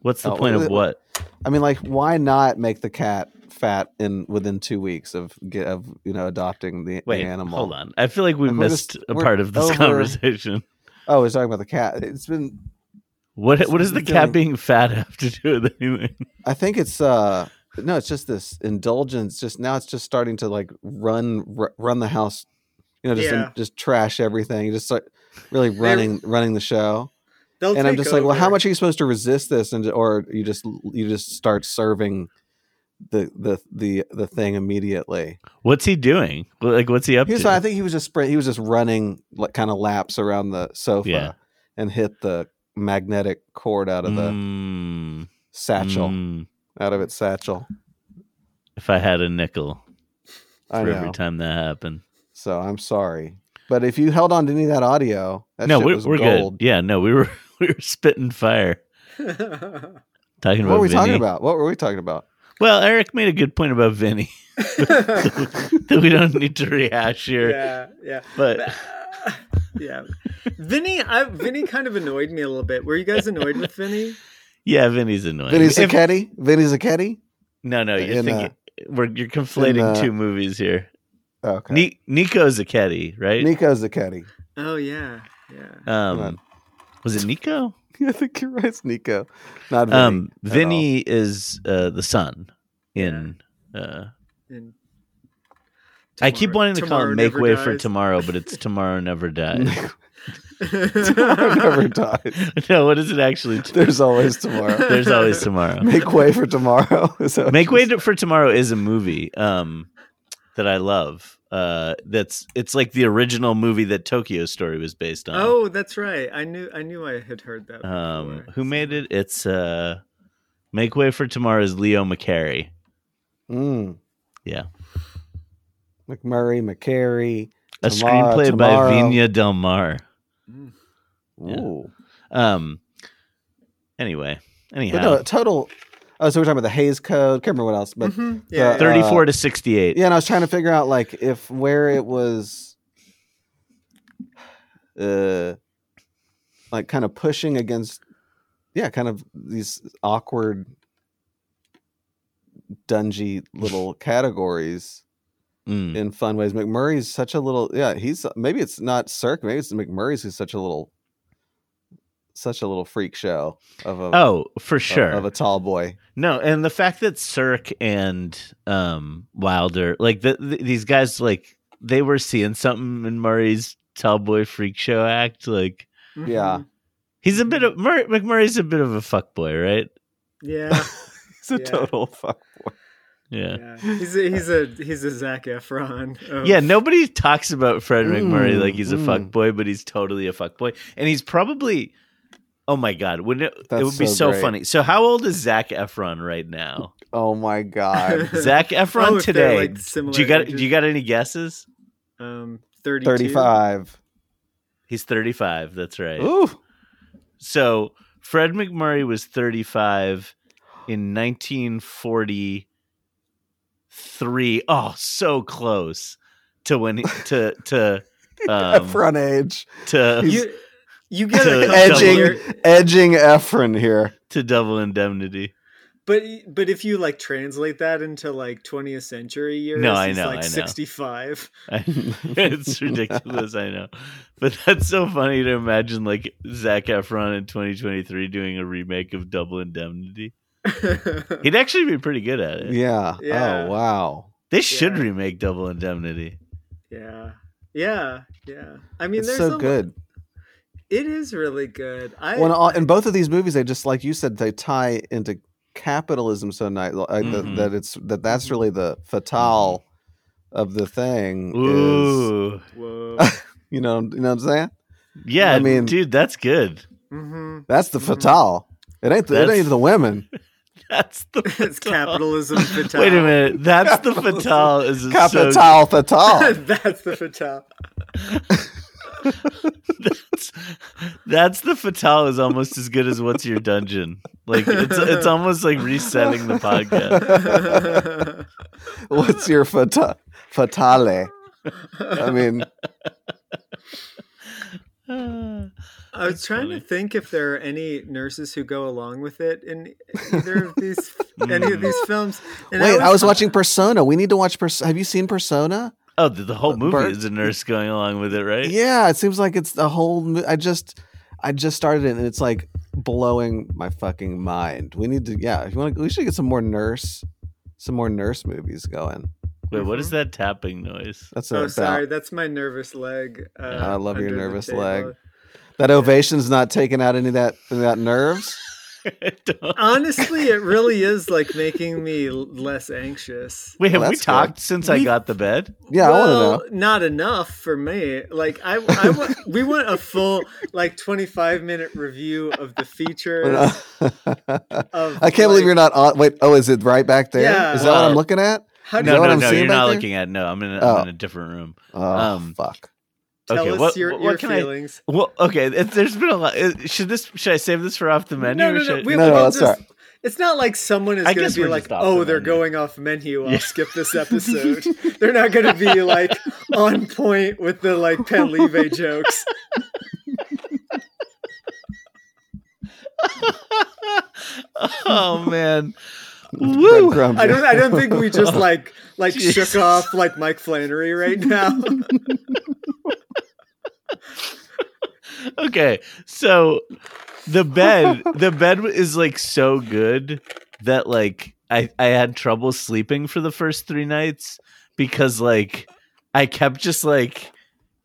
Speaker 1: What's the
Speaker 2: Oh,
Speaker 1: point of
Speaker 2: uh,
Speaker 1: what?
Speaker 2: I mean, like, why not make the cat fat in within two weeks of get of you know adopting the, the
Speaker 1: Wait,
Speaker 2: animal?
Speaker 1: hold on. I feel like we
Speaker 2: We're
Speaker 1: missed
Speaker 2: just-
Speaker 1: a
Speaker 2: we're
Speaker 1: part of this
Speaker 2: over-
Speaker 1: conversation.
Speaker 2: Oh, he's talking about the cat. It's been.
Speaker 1: What what does the
Speaker 2: Doing-
Speaker 1: cat being fat have to do with anything?
Speaker 2: I think it's uh no, it's just this indulgence. Just now, it's just starting to like run r- run the house. You know, just
Speaker 3: Yeah.
Speaker 2: just trash everything. Just like really running running the show.
Speaker 3: They'll
Speaker 2: and I'm
Speaker 3: take
Speaker 2: just like, well, how
Speaker 3: over.
Speaker 2: much are you supposed to resist this? And or you just you just start serving the the the the thing immediately.
Speaker 1: What's he doing? Like what's he up
Speaker 2: He was,
Speaker 1: to?
Speaker 2: I think he was just sprint. He was just running like kind of laps around the sofa
Speaker 1: Yeah.
Speaker 2: and hit the magnetic cord out of the
Speaker 1: Mm,
Speaker 2: satchel,
Speaker 1: mm.
Speaker 2: out of its satchel.
Speaker 1: if I had a nickel
Speaker 2: I
Speaker 1: for every
Speaker 2: know.
Speaker 1: time that happened.
Speaker 2: So I'm sorry, but if you held on to any of that audio, that
Speaker 1: no,
Speaker 2: shit
Speaker 1: we're,
Speaker 2: was
Speaker 1: we're
Speaker 2: gold.
Speaker 1: good. Yeah, no, we were we were spitting fire talking
Speaker 2: What
Speaker 1: about
Speaker 2: were we talking
Speaker 1: Vinny.
Speaker 2: about? What were we talking about?
Speaker 1: Well, Eric made a good point about Vinny that we don't need to rehash here,
Speaker 3: yeah, yeah.
Speaker 1: but
Speaker 3: yeah. Vinny, I, Vinny kind of annoyed me a little bit. Were you guys annoyed with Vinny?
Speaker 1: yeah, Vinny's annoying.
Speaker 2: Vinny
Speaker 1: If-
Speaker 2: Zacchetti. Vinny Zacchetti.
Speaker 1: no, no, you're
Speaker 2: in, uh,
Speaker 1: thinking we're, you're conflating
Speaker 2: in, uh,
Speaker 1: two movies here.
Speaker 2: Okay.
Speaker 1: Ni- Nico Zacchetti, right?
Speaker 2: Nico Zacchetti.
Speaker 3: Oh yeah, yeah.
Speaker 1: um,
Speaker 2: Right.
Speaker 1: was it Nico?
Speaker 2: I think you're right. It's Nico, not Vinny.
Speaker 1: Um,
Speaker 2: at all.
Speaker 1: Vinny is uh, the son in. Uh,
Speaker 3: And
Speaker 1: I keep
Speaker 3: tomorrow-
Speaker 1: wanting to call
Speaker 3: tomorrow
Speaker 1: it "Make
Speaker 3: never
Speaker 1: Way for
Speaker 3: dies.
Speaker 1: Tomorrow," but it's "Tomorrow Never Dies."
Speaker 2: tomorrow
Speaker 1: uh,
Speaker 2: never dies.
Speaker 1: no, what is it actually? t-
Speaker 2: There's always tomorrow.
Speaker 1: There's always tomorrow.
Speaker 2: Make way for tomorrow. Is that what
Speaker 1: Make
Speaker 2: you
Speaker 1: Way for Tomorrow is a movie um, that I love. Uh, that's it's like the original movie that Tokyo Story was based on.
Speaker 3: Oh, that's right. I knew I knew I had heard that.
Speaker 1: um,
Speaker 3: before.
Speaker 1: who made it? It's uh, Make Way for Tomorrow is Leo McCarey.
Speaker 2: Mm.
Speaker 1: Yeah.
Speaker 2: McMurray, McCary.
Speaker 1: A
Speaker 2: Tomorrow,
Speaker 1: screenplay
Speaker 2: tomorrow.
Speaker 1: by Vina Del Mar.
Speaker 3: Mm.
Speaker 1: Yeah.
Speaker 2: Ooh.
Speaker 1: Um. Anyway, anyhow,
Speaker 2: But no, total. Oh, so we're talking about the Hayes Code. Can't remember what else, but
Speaker 3: Mhm. yeah,
Speaker 2: third-
Speaker 1: thirty-four to sixty-eight.
Speaker 2: uh, yeah, and I was trying to figure out like if where it was, uh, like kind of pushing against, yeah, kind of these awkward, dungy little categories.
Speaker 1: Mm.
Speaker 2: in fun ways. McMurray's such a little yeah, he's maybe it's not Cirque, maybe it's McMurray's who's such a little such a little freak show of a
Speaker 1: Oh, for
Speaker 2: of-
Speaker 1: sure.
Speaker 2: Uh, of a tall boy.
Speaker 1: No, and the fact that Cirque and um, Wilder, like the, th these guys, like they were seeing something in Murray's tall boy freak show act. Like
Speaker 3: Mhm.
Speaker 2: yeah.
Speaker 1: he's a bit of
Speaker 2: Mm-hmm.
Speaker 1: Mur- McMurray's a bit of a fuck boy, right?
Speaker 3: yeah,
Speaker 2: He's a
Speaker 3: Yeah.
Speaker 2: total fuck boy.
Speaker 1: Yeah.
Speaker 3: yeah. He's a, he's a he's a Zac Efron. of-
Speaker 1: Yeah, nobody talks about Fred McMurray
Speaker 2: Mm,
Speaker 1: like he's a
Speaker 2: mm.
Speaker 1: fuck boy, but he's totally a fuck boy, and he's probably. Oh my god, wouldn't it? it
Speaker 2: That's
Speaker 1: would be
Speaker 2: so
Speaker 1: so
Speaker 2: great.
Speaker 1: funny. So, how old is Zach Efron right now?
Speaker 2: Oh my god.
Speaker 1: Zach Efron
Speaker 3: Oh, if they're,
Speaker 1: today.
Speaker 3: like, similar
Speaker 1: do you got?
Speaker 3: ages.
Speaker 1: Do you got any guesses?
Speaker 3: Um, 32?
Speaker 2: Thirty five.
Speaker 1: He's thirty-five. That's right.
Speaker 2: Ooh.
Speaker 1: So Fred McMurray was 35 in 1943. Oh, so close to when he, to to um,
Speaker 2: Efron age.
Speaker 1: to
Speaker 3: You you get
Speaker 1: So
Speaker 3: a couple
Speaker 1: edging-
Speaker 3: year-
Speaker 2: Edging Efron here.
Speaker 1: to double indemnity.
Speaker 3: But but if you like translate that into like 20th century years,
Speaker 1: No, I
Speaker 3: it's
Speaker 1: know,
Speaker 3: like
Speaker 1: I know.
Speaker 3: 65.
Speaker 1: I- it's ridiculous, I know, but that's so funny to imagine like Zach Efron in 2023 doing a remake of Double Indemnity. He'd actually be pretty good at it.
Speaker 2: Yeah.
Speaker 3: Yeah.
Speaker 2: Oh wow.
Speaker 1: They should
Speaker 3: Yeah.
Speaker 1: remake Double Indemnity.
Speaker 3: yeah. Yeah. Yeah. I mean,
Speaker 2: it's
Speaker 3: there's
Speaker 2: so
Speaker 3: a,
Speaker 2: good.
Speaker 3: It is really good. I
Speaker 2: Well, in all- in both of these movies, they just like you said, they tie into capitalism so nice like,
Speaker 1: Mhm.
Speaker 2: that, that it's that that's really the fatale of the thing is
Speaker 1: Mm-hmm. Ooh.
Speaker 3: Whoa.
Speaker 2: you know you know what I'm saying?
Speaker 1: Yeah,
Speaker 2: I mean-
Speaker 1: dude, that's good.
Speaker 3: hmm
Speaker 2: That's the
Speaker 3: Mhm.
Speaker 2: fatale. It ain't the, it
Speaker 1: Mm-hmm. That's-
Speaker 2: ain't the women.
Speaker 1: That's the
Speaker 3: it's
Speaker 1: fatale.
Speaker 3: capitalism fatale.
Speaker 1: Wait a minute. That's the
Speaker 2: Capitalism.
Speaker 1: fatale. Is so-
Speaker 2: Capital fatale.
Speaker 3: That's the fatale.
Speaker 1: that's, that's the fatale is almost as good as what's your dungeon. Like it's it's almost like resetting the podcast.
Speaker 2: What's your fata- fatale? I mean,
Speaker 1: Ah.
Speaker 3: I was
Speaker 1: That's
Speaker 3: trying
Speaker 1: funny.
Speaker 3: to think if there are any nurses who go along with it in either of these any of these films. And
Speaker 2: wait, I was watching Persona. We need to watch Persona. Have you seen Persona?
Speaker 1: Oh, the, the whole movie
Speaker 2: Bert?
Speaker 1: is a nurse going along with it, right?
Speaker 2: Yeah, it seems like it's the whole. mo- I just, I just started it, and it's like blowing my fucking mind. We need to. Yeah, if you want, to, we should get some more nurse, some more nurse movies going.
Speaker 1: Wait, what is
Speaker 2: Mm-hmm.
Speaker 1: that tapping noise?
Speaker 2: That's
Speaker 3: Oh,
Speaker 2: about-
Speaker 3: sorry, that's my nervous leg. Uh,
Speaker 2: I love your
Speaker 3: under the
Speaker 2: nervous
Speaker 3: table.
Speaker 2: leg. That ovation's not taking out any of that any of that nerves.
Speaker 1: I don't-
Speaker 3: Honestly, it really is like making me l- less anxious.
Speaker 1: Wait, have
Speaker 2: Well,
Speaker 1: we
Speaker 2: that's good.
Speaker 1: talked since I
Speaker 3: We-
Speaker 1: got the bed?
Speaker 2: Yeah, I
Speaker 3: well,
Speaker 2: want to know.
Speaker 3: Not enough for me. Like I, I wa- we want a full like twenty five minute review of the features. Of,
Speaker 2: I can't believe
Speaker 3: like,
Speaker 2: you're not on. Wait, oh, is it right back there?
Speaker 3: Yeah.
Speaker 2: Is that what
Speaker 1: Well-
Speaker 2: I'm looking at?
Speaker 3: How do
Speaker 2: Is that
Speaker 1: No,
Speaker 2: what
Speaker 1: no,
Speaker 2: I'm
Speaker 1: no.
Speaker 2: seeing
Speaker 1: You're
Speaker 2: back
Speaker 1: not
Speaker 2: there?
Speaker 1: looking at. No, I'm in, a
Speaker 2: Oh.
Speaker 1: am in a different room.
Speaker 2: Oh,
Speaker 1: Um,
Speaker 2: fuck.
Speaker 3: you tell
Speaker 1: okay,
Speaker 3: us
Speaker 1: what-
Speaker 3: your,
Speaker 1: what
Speaker 3: your
Speaker 1: can I-
Speaker 3: feelings?
Speaker 1: Well, okay. it- There's been a lot. it- Should this? Should I save this for off the menu?
Speaker 3: no,
Speaker 1: or
Speaker 3: no, no.
Speaker 1: should I-
Speaker 3: we-
Speaker 2: No,
Speaker 3: we'll
Speaker 2: no, that's
Speaker 3: just-
Speaker 2: all
Speaker 3: It's not like someone is
Speaker 1: I
Speaker 3: going
Speaker 1: guess
Speaker 3: to be
Speaker 1: we're
Speaker 3: like,
Speaker 1: just off
Speaker 3: "Oh,
Speaker 1: the
Speaker 3: they're
Speaker 1: menu."
Speaker 3: going off menu. I'll
Speaker 1: Yeah.
Speaker 3: skip this episode." they're not going to be like on point with the like Penlive jokes.
Speaker 1: oh man. Woo.
Speaker 2: Breadcrumbs.
Speaker 3: I don't. I don't think we just like like
Speaker 1: Oh. Jesus.
Speaker 3: shook off like Mike Flannery right now.
Speaker 1: Okay, so the bed, the bed is like so good that like I I had trouble sleeping for the first three nights because like I kept just like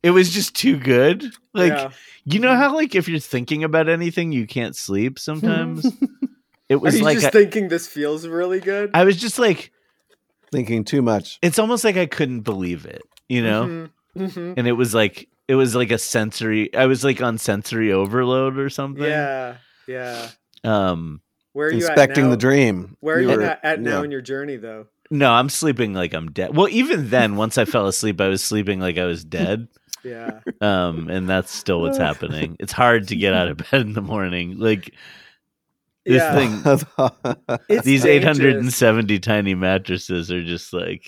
Speaker 1: it was just too good. Like
Speaker 3: yeah.
Speaker 1: you know how like if you're thinking about anything you can't sleep sometimes. it
Speaker 3: Are
Speaker 1: was
Speaker 3: you
Speaker 1: like
Speaker 3: just
Speaker 1: I,
Speaker 3: thinking this feels really good?
Speaker 1: I was just like
Speaker 2: Thinking too much.
Speaker 1: it's almost like I couldn't believe it, you know.
Speaker 3: Mhm, mhm.
Speaker 1: and it was like it was like a sensory i was like on sensory overload or something
Speaker 3: Yeah, yeah.
Speaker 1: um
Speaker 3: Where are you
Speaker 2: Inspecting
Speaker 3: at now?
Speaker 2: the dream.
Speaker 3: Where are you,
Speaker 2: were-
Speaker 3: at, at now
Speaker 2: yeah.
Speaker 3: in your journey, though?
Speaker 1: no i'm sleeping like i'm dead well even then once i fell asleep i was sleeping like i was dead
Speaker 3: Yeah.
Speaker 1: um and that's still
Speaker 3: Uh.
Speaker 1: what's happening it's hard to get out of bed in the morning like This
Speaker 3: yeah.
Speaker 1: thing-
Speaker 3: It's
Speaker 1: these
Speaker 3: dangerous.
Speaker 1: 870 tiny mattresses are just like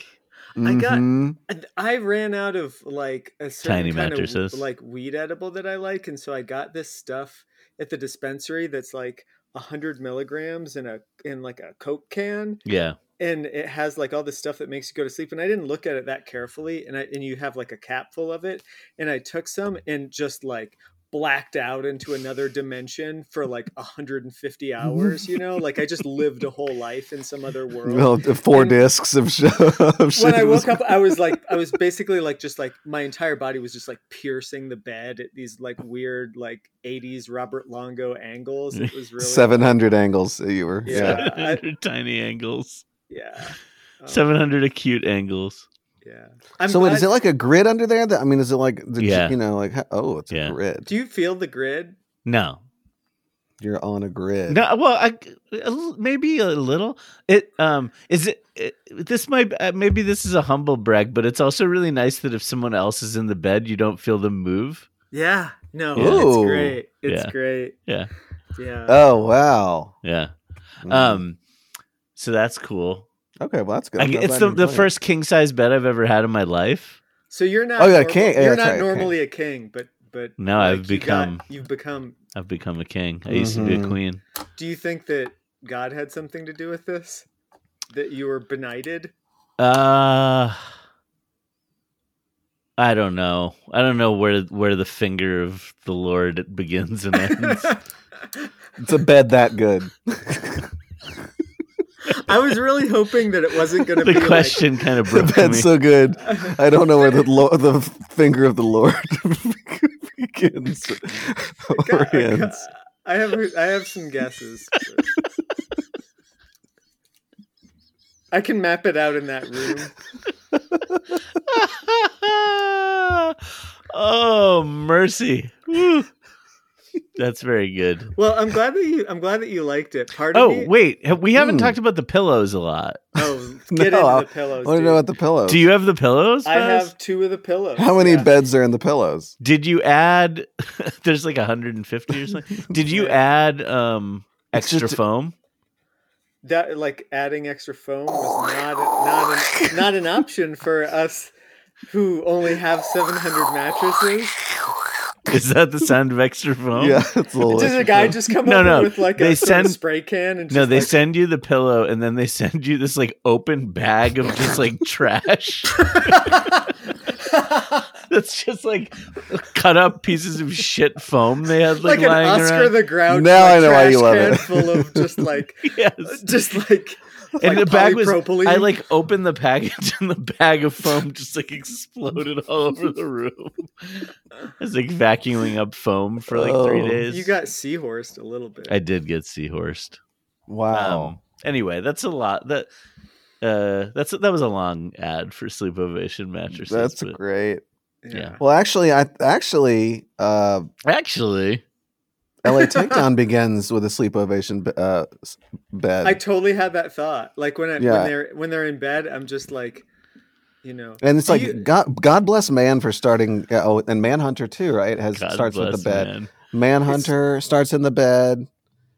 Speaker 3: got-
Speaker 2: Mhm.
Speaker 3: And I ran out of like a certain
Speaker 1: Tiny
Speaker 3: kind
Speaker 1: mattresses.
Speaker 3: of like weed edible that I like, and so I got this stuff at the dispensary that's like hundred milligrams in a in like a Coke can,
Speaker 1: yeah
Speaker 3: and it has like all this stuff that makes you go to sleep. And I didn't look at it that carefully, and I and you have like a cap full of it, and I took some and just like blacked out into another dimension for like 150 hours you know like i just lived a whole life in some other world
Speaker 2: Well, the four
Speaker 3: And-
Speaker 2: discs of, sh- of shit.
Speaker 3: when I
Speaker 2: It was-
Speaker 3: woke up, I was like, I was basically like, just like my entire body was just like piercing the bed at these like weird like '80s Robert Longo angles. It was really
Speaker 2: 700 angles that you were. Yeah.
Speaker 3: Yeah. I-
Speaker 1: 700 tiny angles
Speaker 3: yeah, Um,
Speaker 1: 700 acute angles
Speaker 3: Yeah. I'm
Speaker 2: So, wait,
Speaker 3: glad-
Speaker 2: is it like a grid under there? That I mean, is it like, the,
Speaker 1: Yeah.
Speaker 2: you know, like, oh, it's
Speaker 1: Yeah.
Speaker 2: a grid.
Speaker 3: Do you feel the grid?
Speaker 1: no
Speaker 2: You're on a grid.
Speaker 1: No, well, I, a l- maybe a little. It um is it, it this might uh, maybe this is a humble brag, but it's also really nice that if someone else is in the bed, you don't feel them move.
Speaker 3: Yeah. No.
Speaker 2: Ooh.
Speaker 3: It's great. It's
Speaker 1: Yeah.
Speaker 3: great.
Speaker 1: Yeah.
Speaker 3: Yeah.
Speaker 2: Oh, wow.
Speaker 1: Yeah.
Speaker 3: Mm-hmm.
Speaker 2: Mm.
Speaker 1: Um. So that's cool.
Speaker 2: okay, well, that's good.
Speaker 1: I,
Speaker 2: I'm
Speaker 1: it's
Speaker 2: glad
Speaker 1: the,
Speaker 2: you're
Speaker 1: the
Speaker 2: playing.
Speaker 1: first king size bed I've ever had in my life.
Speaker 3: so you're not.
Speaker 2: Oh, yeah,
Speaker 3: normal-
Speaker 2: king. Yeah,
Speaker 3: You're
Speaker 2: that's
Speaker 3: not
Speaker 2: right, king.
Speaker 3: normally a king, but but
Speaker 1: No, I've
Speaker 3: you got- Mm-hmm.
Speaker 1: become-
Speaker 3: you've become.
Speaker 1: I've become a king. I used to be a
Speaker 2: Mhm.
Speaker 1: queen.
Speaker 3: Do you think that God had something to do with this? That you were benighted?
Speaker 1: Uh I don't know. I don't know where where the finger of the Lord begins and ends.
Speaker 2: It's a bed that good.
Speaker 3: I was really hoping that it wasn't going to be
Speaker 1: the question kind of
Speaker 2: the
Speaker 1: broke me.
Speaker 2: bed's so good.
Speaker 3: like.
Speaker 2: I don't know where the lo- the finger of the Lord begins
Speaker 3: Go-
Speaker 2: or
Speaker 3: go-
Speaker 2: ends.
Speaker 3: I have I have some guesses. I can map it out in that room.
Speaker 1: oh mercy! Woo. That's very good.
Speaker 3: Well, I'm glad that you. I'm glad that you liked it. Part of
Speaker 1: Oh
Speaker 3: me-
Speaker 1: wait, ha- we haven't
Speaker 2: Hmm.
Speaker 1: talked about the pillows a lot.
Speaker 3: Oh,
Speaker 2: No,
Speaker 3: get
Speaker 2: I-
Speaker 3: into the pillows.
Speaker 2: I want to
Speaker 3: dude.
Speaker 2: know about the pillows.
Speaker 1: Do you have the pillows?
Speaker 3: I
Speaker 1: Baz?
Speaker 3: have two of the pillows.
Speaker 2: How many
Speaker 3: yeah.
Speaker 2: beds are in the pillows?
Speaker 1: Did you add? there's like 150 or something. Did you
Speaker 3: Yeah.
Speaker 1: add um
Speaker 2: It's
Speaker 1: extra
Speaker 2: just-
Speaker 1: foam?
Speaker 3: that like adding extra foam
Speaker 2: Oh
Speaker 3: was not not an, not an option for us who only have 700 mattresses.
Speaker 1: Is that the sound of extra foam?
Speaker 2: Yeah, it's a little.
Speaker 3: Does a
Speaker 2: extra
Speaker 3: guy
Speaker 2: pillow.
Speaker 3: just come
Speaker 1: No,
Speaker 3: over
Speaker 1: no,
Speaker 3: with like
Speaker 1: they
Speaker 3: a sort of
Speaker 1: send-
Speaker 3: spray can and
Speaker 1: No,
Speaker 3: just,
Speaker 1: they
Speaker 3: like,
Speaker 1: send you the pillow and then they send you this like open bag of just like trash. That's just like cut up pieces of shit foam they had like,
Speaker 3: like an
Speaker 1: lying
Speaker 3: Oscar
Speaker 1: around.
Speaker 3: the Grouch.
Speaker 2: Now
Speaker 3: like,
Speaker 2: I know why
Speaker 3: trash
Speaker 2: you love
Speaker 3: can
Speaker 2: it.
Speaker 3: Full of just like
Speaker 1: yes.
Speaker 3: just like
Speaker 1: And
Speaker 3: like
Speaker 1: the bag was
Speaker 3: polypropylene.
Speaker 1: I like opened the package and the bag of foam just like exploded all over the room. It's like vacuuming up foam for like
Speaker 2: Oh.
Speaker 1: three days.
Speaker 3: you got seahorsed a little bit.
Speaker 1: I did get seahorsed.
Speaker 2: Wow.
Speaker 1: Um, anyway, that's a lot. That uh, that's that was a long ad for sleep ovation mattresses.
Speaker 2: That's
Speaker 1: but
Speaker 2: great.
Speaker 1: yeah.
Speaker 2: Well, actually, I actually uh,
Speaker 1: actually,
Speaker 2: L.A. Takedown begins with a sleep ovation b- uh, s- bed.
Speaker 3: I totally had that thought. Like when I,
Speaker 2: Yeah.
Speaker 3: when they're when they're in bed, I'm just like, you know,
Speaker 2: and it's
Speaker 3: Do
Speaker 2: like
Speaker 3: you-
Speaker 2: God, God bless man for starting. yeah, Oh, and Manhunter too, right? Has
Speaker 1: God
Speaker 2: starts with the
Speaker 1: bless,
Speaker 2: bed.
Speaker 1: man.
Speaker 2: Manhunter starts in the bed.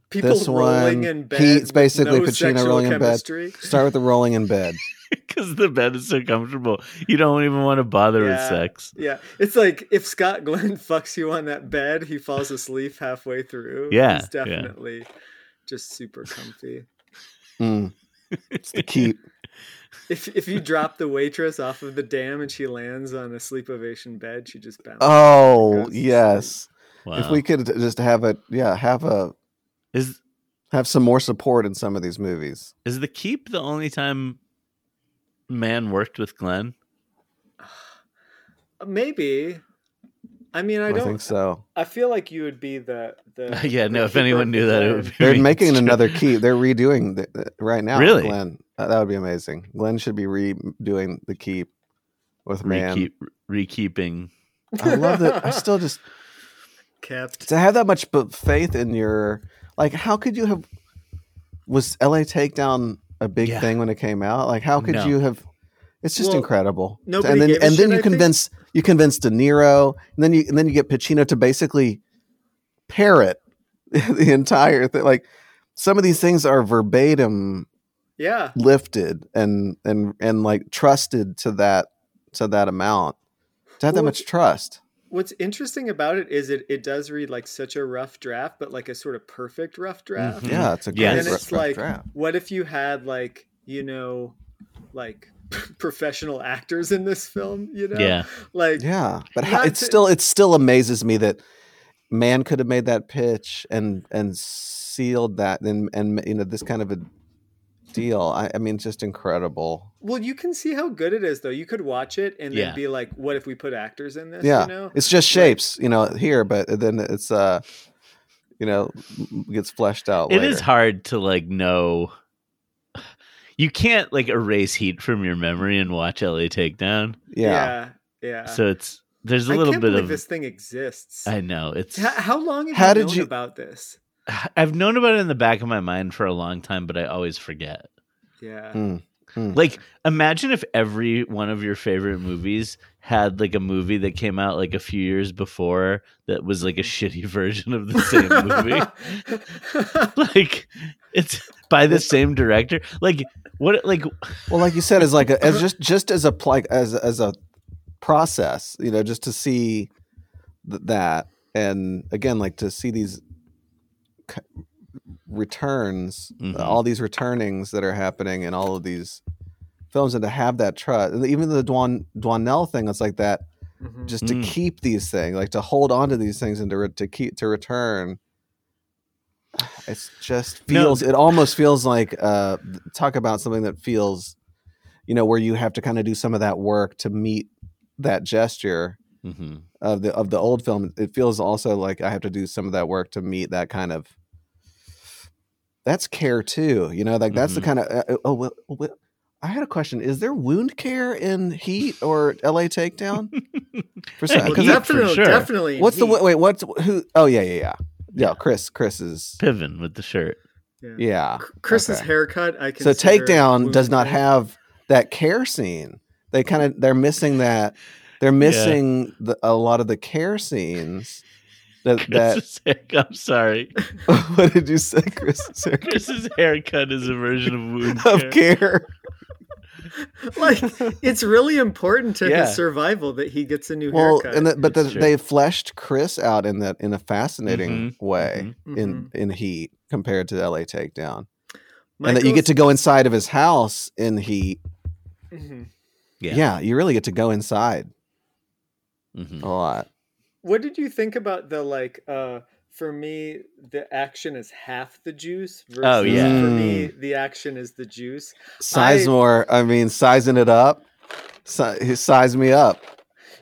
Speaker 3: people
Speaker 2: This
Speaker 3: rolling
Speaker 2: one,
Speaker 3: in bed.
Speaker 2: Pete's
Speaker 3: with
Speaker 2: basically
Speaker 3: no
Speaker 2: Pacino
Speaker 3: sexual
Speaker 2: rolling in bed.
Speaker 3: chemistry.
Speaker 2: Start with the rolling in bed.
Speaker 1: because the bed is so comfortable. You don't even want to bother with
Speaker 3: Yeah.
Speaker 1: sex.
Speaker 3: Yeah, it's like if Scott Glenn fucks you on that bed, he falls asleep halfway through.
Speaker 1: Yeah,
Speaker 3: he's
Speaker 1: yeah.
Speaker 3: definitely just super comfy.
Speaker 2: Mm. It's the keep.
Speaker 3: If if you drop the waitress off of the dam and she lands on a sleep ovation bed, she just bounces.
Speaker 2: Oh
Speaker 3: Goes to sleep.
Speaker 2: yes.
Speaker 1: Wow.
Speaker 2: If we could just have a yeah, have a
Speaker 1: is
Speaker 2: have some more support in some of these movies.
Speaker 1: is the keep the only time man worked with Glenn?
Speaker 3: Maybe. I mean, I,
Speaker 2: I
Speaker 3: don't.
Speaker 2: think so.
Speaker 3: I feel like you would be the the.
Speaker 1: yeah,
Speaker 3: the
Speaker 1: no. If
Speaker 3: keeper
Speaker 1: anyone
Speaker 3: of
Speaker 1: knew
Speaker 3: the
Speaker 1: that, it
Speaker 3: dam.
Speaker 1: would be
Speaker 2: They're making
Speaker 1: Sure.
Speaker 2: another keep. They're redoing the, the- right now.
Speaker 1: Really?
Speaker 2: Glenn, Uh, that would be amazing. Glenn should be redoing the keep with man.
Speaker 1: Rekeep, rekeeping.
Speaker 2: I love that. I still just
Speaker 3: kept.
Speaker 2: to have that much b- faith in your like. How could you have? Was LA Takedown a big
Speaker 1: Yeah.
Speaker 2: thing when it came out? Like, how could
Speaker 1: No.
Speaker 2: you have? It's just
Speaker 3: Well,
Speaker 2: incredible.
Speaker 3: nobody
Speaker 2: and then
Speaker 3: gave a
Speaker 2: and
Speaker 3: shit,
Speaker 2: then
Speaker 3: I
Speaker 2: you
Speaker 3: think.
Speaker 2: convince you convince De Niro, and then you and then you get Pacino to basically parrot the entire thing. Like some of these things are verbatim
Speaker 3: Yeah,
Speaker 2: lifted and and and like trusted to that to that amount to have that
Speaker 3: Well,
Speaker 2: much trust.
Speaker 3: what's interesting about it is it it does read like such a rough draft, but like a sort of perfect rough draft.
Speaker 1: Mhm.
Speaker 2: Yeah, it's a great
Speaker 1: Yeah,
Speaker 3: and
Speaker 1: it's-
Speaker 3: it's like, what if you had like you know, like professional actors in this film? You know,
Speaker 1: Yeah.
Speaker 3: like
Speaker 2: Yeah, but
Speaker 3: Not
Speaker 2: how, it's
Speaker 3: to-
Speaker 2: still it still amazes me that man could have made that pitch and and sealed that and and you know this kind of a deal. I, I mean, just incredible.
Speaker 3: Well, you can see how good it is, though. You could watch it and
Speaker 1: Yeah.
Speaker 3: then be like, "What if we put actors in this?"
Speaker 2: Yeah,
Speaker 3: You know?
Speaker 2: it's just shapes, you know, here, but then it's uh, you know, gets fleshed out.
Speaker 1: It is
Speaker 2: later.
Speaker 1: hard to like know. You can't like erase heat from your memory and watch LA Takedown.
Speaker 2: Yeah,
Speaker 3: yeah. yeah.
Speaker 1: So it's there's a
Speaker 3: I
Speaker 1: little
Speaker 3: can't
Speaker 1: bit
Speaker 3: believe
Speaker 1: of
Speaker 3: this thing exists.
Speaker 1: I know it's
Speaker 3: H- how long have
Speaker 2: How
Speaker 3: you
Speaker 2: did
Speaker 3: known
Speaker 2: you-
Speaker 3: about this?
Speaker 1: I've known about it in the back of my mind for a long time, but I always forget.
Speaker 3: Yeah,
Speaker 2: Mm.
Speaker 1: Like imagine if every one of your favorite movies had like a movie that came out like a few years before that was
Speaker 3: Mm.
Speaker 1: like a shitty version of the same movie. like it's by the same director. Like what like
Speaker 2: Well, like you said, as like a, as just just as a pl- like as as a process, you know, just to see th- that, and again, like to see these c- returns,
Speaker 1: Mhm.
Speaker 2: all these returnings that are happening in all of these films, and to have that trust, and even the Dwan Dwanell thing, it's like that,
Speaker 3: Mhm.
Speaker 2: just to
Speaker 1: Mm.
Speaker 2: keep these things, like to hold on to these things, and to re- to keep to return. It's just
Speaker 1: No,
Speaker 2: feels. it almost feels like uh, talk about something that feels, you know, where you have to kind of do some of that work to meet that gesture
Speaker 3: Mm-hmm.
Speaker 1: Mhm.
Speaker 2: of the of the old film. It feels also like I have to do some of that work to meet that kind of. That's care too, you know. Like that's the
Speaker 1: Mhm.
Speaker 2: kind of uh, oh well, well, I had a question. Is there wound care in Heat or LA Takedown? For some,
Speaker 1: Well,
Speaker 3: Well,
Speaker 2: 'cause
Speaker 1: Heat,
Speaker 2: I-
Speaker 1: for
Speaker 3: definitely,
Speaker 1: sure.
Speaker 3: definitely.
Speaker 2: what's the
Speaker 3: Heat.
Speaker 2: wait? What's who? Oh yeah, yeah, yeah, yeah. Chris, Chris is
Speaker 1: Piven with the shirt.
Speaker 2: yeah.
Speaker 3: C- Chris's
Speaker 2: Okay.
Speaker 3: haircut? I
Speaker 2: So
Speaker 3: consider
Speaker 2: Takedown does not
Speaker 3: wounded.
Speaker 2: have that care scene. They kind of they're missing that. They're missing the, a lot of the care scenes. That that
Speaker 1: Chris's haircut. I'm sorry.
Speaker 2: what did you say, Chris?
Speaker 1: Chris's haircut is a version of wound care.
Speaker 2: of care.
Speaker 3: like it's really important to
Speaker 1: Yeah.
Speaker 3: his survival that he gets a new
Speaker 2: Well,
Speaker 3: haircut.
Speaker 2: and the, but the,
Speaker 1: That's true.
Speaker 2: they fleshed Chris out in that in a fascinating
Speaker 1: Mm-hmm.
Speaker 2: way
Speaker 3: Mhm.
Speaker 2: in in Heat compared to LA Takedown, and that
Speaker 3: Michael's-
Speaker 2: you get to go inside of his house in Heat.
Speaker 3: Mhm.
Speaker 1: Yeah.
Speaker 2: Yeah, you really get to go inside
Speaker 1: Mhm, mhm.
Speaker 2: a lot.
Speaker 3: What did you think about the like? uh For me, the action is half the juice. Versus
Speaker 1: Oh, yeah.
Speaker 3: For me,
Speaker 2: Mm.
Speaker 3: the action is the juice.
Speaker 2: Sizemore, I, mean, sizing it up, si- he size me up.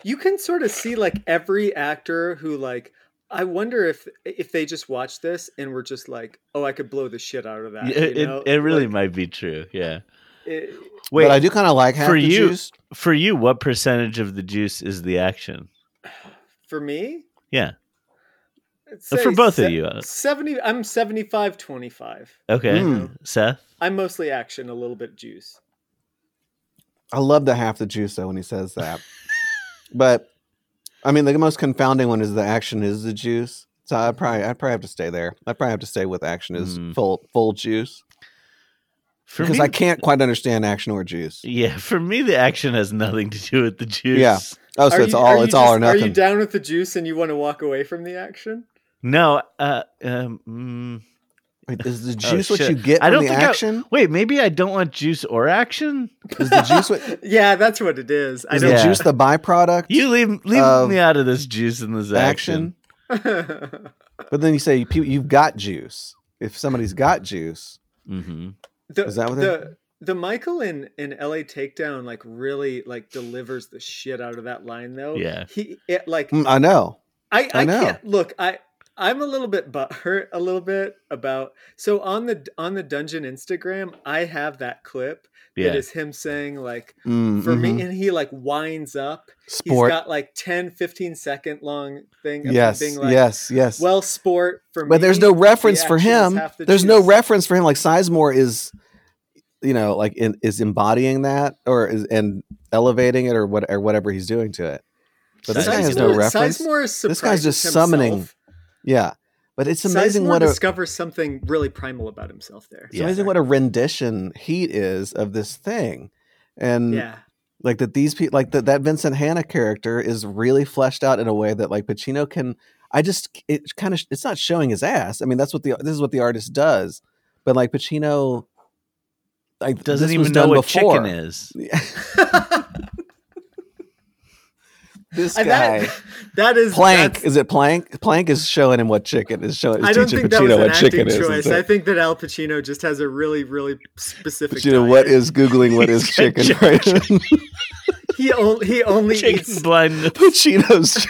Speaker 3: You can sort of see like every actor who like. I wonder if if they just watched this and were just like, "Oh, I could blow the shit out of that."
Speaker 1: Yeah,
Speaker 3: you
Speaker 1: It,
Speaker 3: know?
Speaker 1: it, it really
Speaker 3: Like,
Speaker 1: might be true. Yeah.
Speaker 3: it-
Speaker 1: Wait,
Speaker 2: but I do kind of like half
Speaker 1: for
Speaker 2: the
Speaker 1: you-
Speaker 2: juice.
Speaker 1: for you, what percentage of the juice is the action?
Speaker 3: for me.
Speaker 1: Yeah.
Speaker 3: I'd
Speaker 1: for
Speaker 3: say
Speaker 1: both of
Speaker 3: se-
Speaker 1: you. uh,
Speaker 3: 70 i'm 75 25
Speaker 1: Okay.
Speaker 2: Mm.
Speaker 1: Seth?
Speaker 3: i'm mostly action a little bit juice
Speaker 2: I love the half the juice though when he says that. but I mean, the most confounding one is the action is the juice. So
Speaker 3: Mm-hmm.
Speaker 2: I probably I probably have to stay there. I probably have to stay with action is
Speaker 1: Mm.
Speaker 2: full full juice
Speaker 1: For
Speaker 2: because
Speaker 1: me,
Speaker 2: I can't quite understand action or juice.
Speaker 1: Yeah, for me, the action has nothing to do with the juice.
Speaker 2: Yeah. Oh, so
Speaker 3: Are
Speaker 2: it's
Speaker 3: you-
Speaker 2: all
Speaker 3: are
Speaker 2: it's
Speaker 3: you
Speaker 2: all
Speaker 3: just-
Speaker 2: or
Speaker 3: are you
Speaker 2: nothing.
Speaker 3: down with the juice and you want to walk away from the action
Speaker 1: No. Uh, um, mm,
Speaker 2: Wait, is the
Speaker 1: Oh,
Speaker 2: juice what
Speaker 1: shit.
Speaker 2: you get
Speaker 1: I
Speaker 2: from
Speaker 1: don't
Speaker 2: the
Speaker 1: think I-
Speaker 2: action?
Speaker 1: wait, maybe I don't want juice or action.
Speaker 2: Is the juice what
Speaker 3: yeah that's what it is i
Speaker 2: is
Speaker 3: don't
Speaker 2: the
Speaker 1: Yeah.
Speaker 2: juice the byproduct?
Speaker 1: You leave leave
Speaker 2: Of
Speaker 1: me out of this juice and this action.
Speaker 2: Um, action. But then you say you, you've got juice. If somebody's got juice,
Speaker 1: hmm
Speaker 3: the,
Speaker 2: Is that what
Speaker 3: the the michael in in la takedown like really like delivers the shit out of that line though
Speaker 1: Yeah.
Speaker 3: he it, like
Speaker 2: Mm, I know.
Speaker 3: I, I,
Speaker 2: I know.
Speaker 3: can't look. I I'm a little bit butthurt a little bit about so on the on the dungeon Instagram I have that clip
Speaker 1: Yeah.
Speaker 3: that is him saying like
Speaker 2: Mm,
Speaker 3: for
Speaker 2: mhm.
Speaker 3: me and he like winds up.
Speaker 2: sport.
Speaker 3: He's got like 10 15 second long thing of him
Speaker 2: yes,
Speaker 3: being like
Speaker 2: yes, yes.
Speaker 3: well sport for me.
Speaker 2: but there's no reference for
Speaker 3: action is
Speaker 2: him.
Speaker 3: half the
Speaker 2: there's no
Speaker 3: juice."
Speaker 2: reference for him. Like Sizemore is, you know, like in, is embodying that or is and elevating it or what or whatever he's doing to it. But this guy has no
Speaker 3: Sizemore-
Speaker 2: reference.
Speaker 3: Sizemore is
Speaker 2: This guy's
Speaker 3: surprised
Speaker 2: just
Speaker 3: himself.
Speaker 2: summoning. Yeah, but it's amazing
Speaker 3: Sizemore
Speaker 2: what a
Speaker 3: discovers something really primal about himself there.
Speaker 2: it's amazing what a rendition Heat is of this thing, and
Speaker 3: Yeah.
Speaker 2: like that these people like that that Vincent Hanna character is really fleshed out in a way that like Pacino can I just it kind of it's not showing his ass. I mean that's what the this is what the artist does. But like Pacino like
Speaker 1: Doesn't
Speaker 2: this was
Speaker 1: even know
Speaker 2: done
Speaker 1: what
Speaker 2: before.
Speaker 1: chicken is.
Speaker 2: this
Speaker 3: And
Speaker 2: guy
Speaker 3: that, that is
Speaker 2: Plank
Speaker 3: that's-
Speaker 2: is it Plank? Plank is showing him what chicken is showing is
Speaker 3: I don't
Speaker 2: teaching
Speaker 3: think that was
Speaker 2: Pacino
Speaker 3: an
Speaker 2: what
Speaker 3: acting
Speaker 2: chicken is.
Speaker 3: choice.
Speaker 2: It's like,
Speaker 3: I think that Al Pacino just has a really, really specific.
Speaker 2: Pacino, what
Speaker 3: diet.
Speaker 2: is googling what is
Speaker 1: He's got
Speaker 2: chicken? Right?
Speaker 3: he only he only
Speaker 1: Chicken
Speaker 3: eats
Speaker 1: blindness.
Speaker 2: Pacino's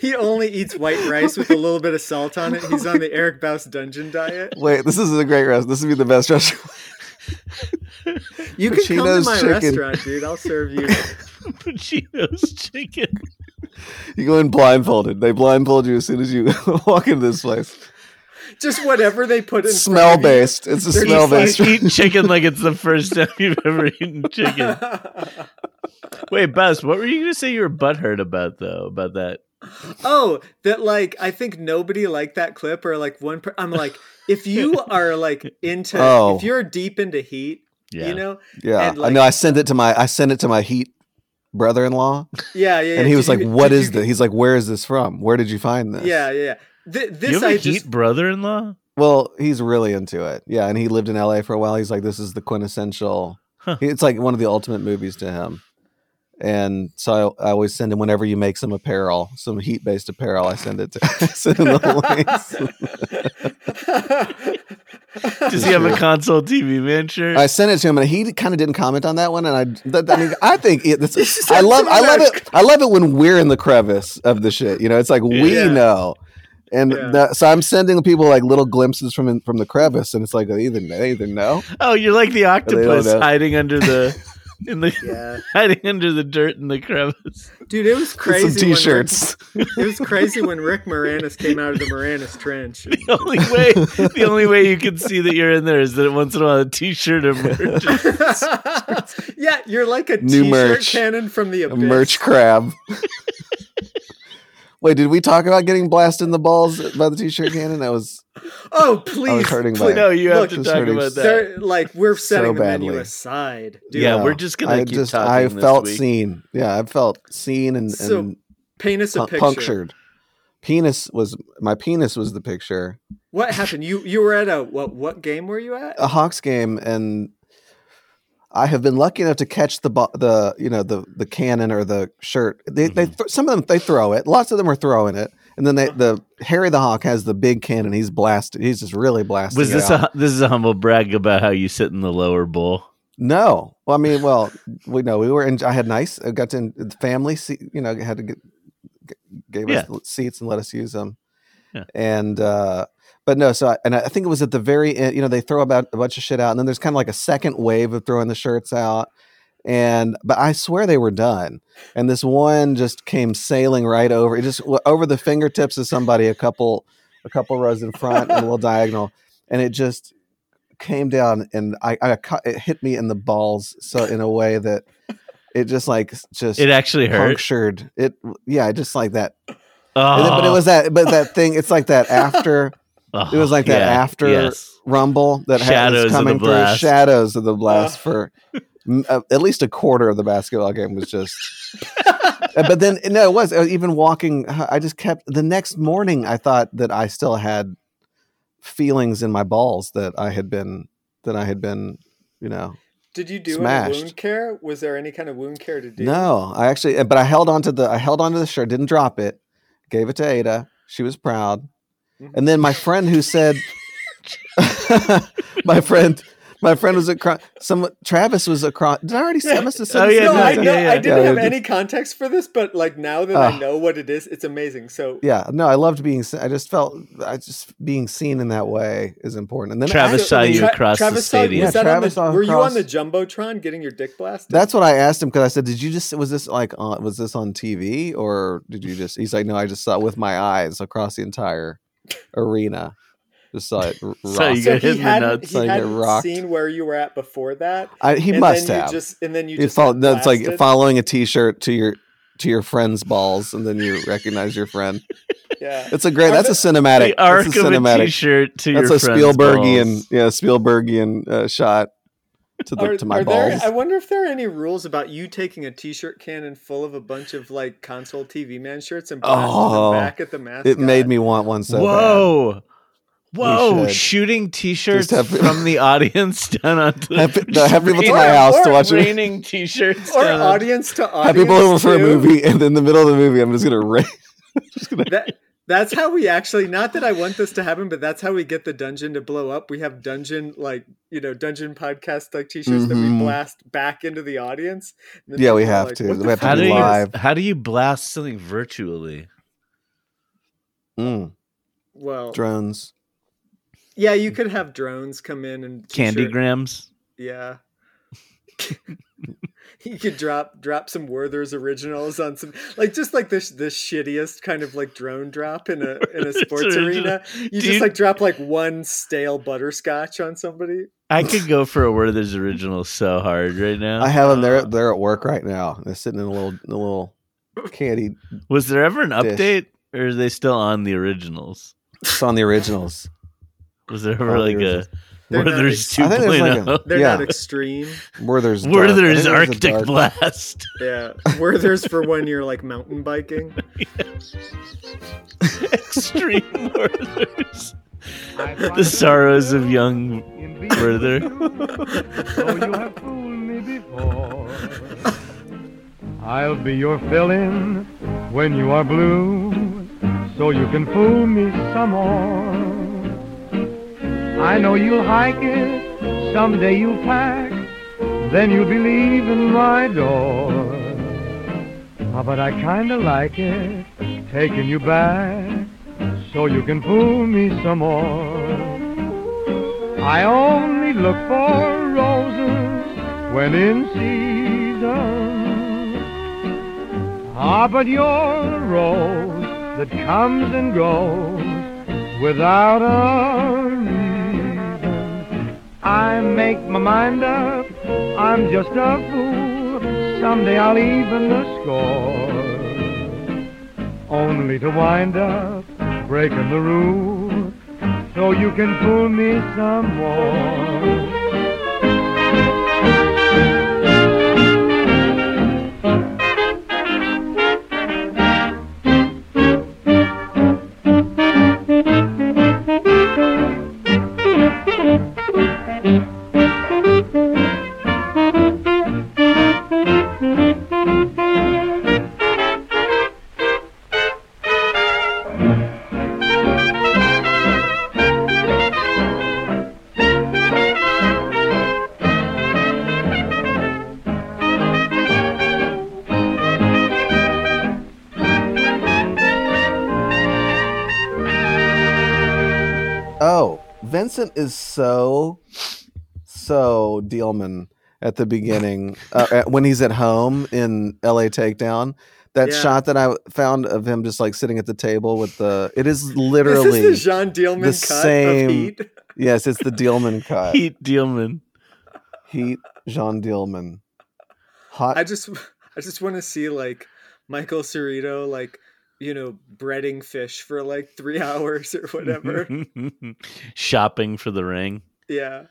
Speaker 3: he only eats white rice with a little bit of salt on it. He's on the Eric Baus dungeon diet.
Speaker 2: Wait, this is a great restaurant. This would be the best restaurant.
Speaker 3: You can come to
Speaker 2: Pacino's
Speaker 3: my
Speaker 2: chicken.
Speaker 3: restaurant, dude. I'll serve you.
Speaker 1: Pacino's chicken.
Speaker 2: You go in blindfolded. They blindfold you as soon as you walk into this place.
Speaker 3: Just whatever they put in. front
Speaker 2: Smell
Speaker 3: of you.
Speaker 2: based. It's a
Speaker 3: They're
Speaker 2: smell
Speaker 3: just like-
Speaker 2: based.
Speaker 1: Eat chicken like it's the first time you've ever eaten chicken. Wait, Buzz, what were you going to say you were butthurt about, though, about that?
Speaker 3: oh, that like I think nobody liked that clip or like one. Per- I'm like, if you are like into,
Speaker 2: Oh.
Speaker 3: if you're deep into heat,
Speaker 1: Yeah.
Speaker 3: you know,
Speaker 2: yeah,
Speaker 3: and like-
Speaker 2: I know. I sent it to my. I sent it to my heat brother-in-law,
Speaker 3: yeah, yeah. yeah.
Speaker 2: and he
Speaker 3: Did
Speaker 2: was like,
Speaker 3: you-
Speaker 2: "What
Speaker 3: did
Speaker 2: is
Speaker 3: you
Speaker 2: this?" He's like, "Where is this from? Where did you find this?"
Speaker 3: Yeah, yeah. yeah. Th-
Speaker 1: you
Speaker 3: this
Speaker 1: have a
Speaker 3: I
Speaker 1: heat
Speaker 3: just
Speaker 1: brother-in-law?
Speaker 2: Well, he's really into it. Yeah, and he lived in LA for a while. He's like, "This is the quintessential."
Speaker 1: Huh.
Speaker 2: It's like one of the ultimate movies to him. And so I, I always send him whenever you make some apparel, some heat-based apparel. I send it to send him the links.
Speaker 1: Does he have a console TV man shirt?
Speaker 2: I sent it to him, and he kind of didn't comment on that one. And I, that, I mean, I think it, it's,
Speaker 3: It's
Speaker 2: I love, I
Speaker 3: something
Speaker 2: love
Speaker 3: that-
Speaker 2: it, I love it when we're in the crevice of the shit. You know, it's like we
Speaker 3: Yeah.
Speaker 2: know, and
Speaker 3: Yeah.
Speaker 2: that, so I'm sending people like little glimpses from in- from the crevice, and it's like they either they either know.
Speaker 1: Oh, you're like the octopus
Speaker 2: know.
Speaker 1: hiding under the in the
Speaker 3: Yeah,
Speaker 1: hiding under the dirt in the crevice.
Speaker 3: dude, it was
Speaker 2: With
Speaker 3: crazy.
Speaker 2: some T-shirts.
Speaker 3: When Rick, it was crazy when Rick Moranis came out of the Moranis Trench.
Speaker 1: The only way the only way you can see that you're in there is that once in a while a t-shirt emerges.
Speaker 3: yeah, you're like a
Speaker 2: New
Speaker 3: t-shirt
Speaker 2: merch.
Speaker 3: cannon from the
Speaker 2: A
Speaker 3: abyss.
Speaker 2: merch crab. Wait, did we talk about getting blasted in the balls by the T-shirt cannon? That was
Speaker 3: Oh please,
Speaker 2: hurting by
Speaker 3: please.
Speaker 2: it.
Speaker 1: No, you have
Speaker 3: Look,
Speaker 1: to
Speaker 2: it's
Speaker 1: talk
Speaker 2: hurting
Speaker 1: about that.
Speaker 3: Sir, like we're setting the menu
Speaker 2: badly.
Speaker 3: aside. Dude.
Speaker 1: yeah,
Speaker 2: Yeah.
Speaker 1: we're just gonna
Speaker 2: I
Speaker 1: keep
Speaker 2: just
Speaker 1: talking.
Speaker 2: I
Speaker 1: this
Speaker 2: felt
Speaker 1: week.
Speaker 2: seen. Yeah, I felt seen and,
Speaker 3: So,
Speaker 2: and
Speaker 3: Paint us a
Speaker 2: pu-
Speaker 3: picture.
Speaker 2: punctured. Penis was my penis was the picture.
Speaker 3: What happened? You you were at a what what game were you at?
Speaker 2: A Hawks game, and I have been lucky enough to catch the bo- the you know the the cannon or the shirt. They
Speaker 1: Mm-hmm.
Speaker 2: they th- some of them they throw it. Lots of them are throwing it, and then they the Harry the Hawk has the big cannon. He's blasted. He's just really blasted.
Speaker 1: Was this
Speaker 2: out.
Speaker 1: a this is a humble brag about how you sit in the lower bowl?
Speaker 2: No, well, I mean, well, we know we were in. I had nice. I got to in, the family. seat, you know, had to get g- gave us us seats and let us use them.
Speaker 1: Yeah.
Speaker 2: And uh, but no, so I, and I think it was at the very end. You know, they throw about a bunch of shit out, and then there's kind of like a second wave of throwing the shirts out. And but I swear they were done. And this one just came sailing right over. It just w- over the fingertips of somebody a couple a couple rows in front and a little diagonal, and it just came down and I, I cu- it hit me in the balls so in a way that it just like s- just
Speaker 1: It actually hurt.
Speaker 2: punctured it. Yeah, just like that.
Speaker 1: Oh,
Speaker 2: And then- but it was that but that thing. It's like that after
Speaker 1: Oh,
Speaker 2: it was like that after rumble that ha-
Speaker 1: Shadows of
Speaker 2: is
Speaker 1: the
Speaker 2: coming through.
Speaker 1: blast.
Speaker 2: Shadows of the blast for m- uh, at least a quarter of the basketball game was just. Uh, but then no, it was uh, even walking. uh, I just kept the next morning. I thought that I still had feelings in my balls that I had been that I had been. You know,
Speaker 3: Did you do any
Speaker 2: Smashed.
Speaker 3: wound care? Was there any kind of wound care to do?
Speaker 2: no, I actually, but I held onto the I held onto the shirt, didn't drop it. Gave it to Ada. She was proud. And then my friend who said, my friend, my friend was across. Some Travis was across. Did I already say? I must have said.
Speaker 1: Oh,
Speaker 2: this
Speaker 1: yeah,
Speaker 2: in
Speaker 3: no,
Speaker 2: the-
Speaker 3: I,
Speaker 1: yeah,
Speaker 3: know,
Speaker 1: yeah,
Speaker 3: I didn't
Speaker 2: yeah.
Speaker 3: have any context for this, but like now that I
Speaker 2: Ah.
Speaker 3: know what it is, it's amazing. So
Speaker 2: yeah, no, I loved being. se- I just felt. I just being seen in that way is important. And then
Speaker 1: Travis
Speaker 2: after
Speaker 1: saw
Speaker 2: the-
Speaker 1: you
Speaker 3: Tra-
Speaker 1: across the
Speaker 3: Travis saw- was
Speaker 1: stadium.
Speaker 2: Yeah,
Speaker 3: that on
Speaker 2: Travis
Speaker 3: the-
Speaker 2: saw
Speaker 3: were you on
Speaker 2: across-
Speaker 3: the jumbotron getting your dick blasted?
Speaker 2: That's what I asked him because I said, "Did you just was this like on, was this on TV or did you just?" He's like, "No, I just saw it with my eyes across the entire arena. Just saw it." r-
Speaker 1: So
Speaker 2: rock."
Speaker 1: you
Speaker 3: so
Speaker 1: get hit
Speaker 3: he
Speaker 1: in the
Speaker 3: hadn't,
Speaker 1: nuts,
Speaker 2: I
Speaker 3: he
Speaker 2: get
Speaker 3: hadn't
Speaker 2: rocked.
Speaker 3: seen where you were at before that.
Speaker 2: I, he
Speaker 3: and
Speaker 2: must
Speaker 3: then
Speaker 2: have.
Speaker 3: You just, and then you
Speaker 2: It's
Speaker 3: just
Speaker 2: fol-
Speaker 3: got
Speaker 2: that's like
Speaker 3: blasted?
Speaker 2: following a T-shirt to your to your friend's balls, and then you recognize your friend.
Speaker 3: yeah.
Speaker 2: It's a great. That's a cinematic.
Speaker 1: The arc
Speaker 2: that's a
Speaker 1: of a
Speaker 2: cinematic.
Speaker 1: t-shirt to
Speaker 2: that's
Speaker 1: your
Speaker 2: a
Speaker 1: friend's
Speaker 2: Spielbergian.
Speaker 1: balls.
Speaker 2: Yeah, Spielbergian uh, shot to the to my balls.
Speaker 3: There, I wonder if there are any rules about you taking a T-shirt cannon full of a bunch of like console TV man shirts and blasting
Speaker 2: Oh,
Speaker 3: them back at the mascot.
Speaker 2: it made me want one so bad.
Speaker 1: Whoa. Whoa,
Speaker 2: should.
Speaker 1: shooting t-shirts
Speaker 2: Just have-
Speaker 1: from the audience down onto the
Speaker 2: Have pe- no, have people to
Speaker 1: Rain-
Speaker 2: my house to
Speaker 1: or
Speaker 2: watch it.
Speaker 1: raining t-shirts
Speaker 3: or
Speaker 1: down on-
Speaker 3: audience to
Speaker 2: Have
Speaker 3: audience.
Speaker 2: people over for a
Speaker 3: too.
Speaker 2: movie, and in the middle of the movie, I'm just gonna ra- just gonna
Speaker 3: That, that's how we actually. Not that I want this to happen, but that's how we get the dungeon to blow up. We have dungeon like you know dungeon podcast like T-shirts that we
Speaker 2: Mhm.
Speaker 3: blast back into the audience. And then
Speaker 2: Yeah, we
Speaker 3: people are
Speaker 2: have to.
Speaker 3: "What the
Speaker 2: We have to
Speaker 1: How
Speaker 3: fuck
Speaker 2: do
Speaker 1: do
Speaker 3: is
Speaker 1: you
Speaker 3: this?"
Speaker 2: live.
Speaker 1: how do you blast something virtually?
Speaker 2: Mm,
Speaker 3: Well,
Speaker 2: drones.
Speaker 3: yeah, you could have drones come in and
Speaker 1: Candy
Speaker 3: t-shirt-
Speaker 1: grams?
Speaker 3: Yeah. you could drop drop some Werther's originals on some like just like this the shittiest kind of like drone drop in a in a
Speaker 1: Werther's
Speaker 3: sports
Speaker 1: original.
Speaker 3: arena. You
Speaker 1: Dude.
Speaker 3: just like drop like one stale butterscotch on somebody.
Speaker 1: I could go for a Werther's original so hard right now.
Speaker 2: I have them. They're they're at work right now. They're sitting in a little in a little candy.
Speaker 1: Was there ever an
Speaker 2: Dish.
Speaker 1: update or are they still on the originals?
Speaker 2: It's on the originals.
Speaker 1: Was there ever
Speaker 2: On the
Speaker 1: like a
Speaker 2: originals.
Speaker 3: They're not
Speaker 1: Werther's
Speaker 3: ex-
Speaker 2: I think there's like
Speaker 1: 2.0? Like
Speaker 3: They're not
Speaker 2: Yeah.
Speaker 3: extreme.
Speaker 2: Werther's. dark. I think
Speaker 1: Werther's
Speaker 2: there's a
Speaker 1: oh? Arctic
Speaker 2: dark-
Speaker 1: Blast.
Speaker 3: Yeah. Werther's for when you're like mountain biking.
Speaker 1: Extreme Werther's. The sorrows of young Werther.
Speaker 4: Though Oh, you have fooled me before, I'll be your fill-in when you are blue, so you can fool me some more. I know you'll hike it, someday you'll pack, then you'll be leaving my door. Ah, but I kinda like it, taking you back, so you can fool me some more. I only look for roses when in season. Ah, but you're a rose that comes and goes without a reason. I make my mind up, I'm just a fool. Someday I'll even the score only to wind up breaking the rule so you can fool me some more.
Speaker 2: Oh, Vincent is so so Dealman at the beginning uh, at- when he's at home in L.A. Takedown. That
Speaker 3: Yeah.
Speaker 2: shot that I found of him just like sitting at the table with the it is literally
Speaker 3: Is this the Jean Dielman
Speaker 2: the
Speaker 3: cut
Speaker 2: same-
Speaker 3: of Heat?
Speaker 2: yes, it's the Dealman cut. Heat,
Speaker 1: Heat Dealman.
Speaker 2: Jean Dealman, hot.
Speaker 3: I just I just want to see like Michael Cerrito like you know breading fish for like three hours or
Speaker 2: Mm-hmm.
Speaker 3: whatever.
Speaker 1: Shopping for the ring.
Speaker 3: yeah.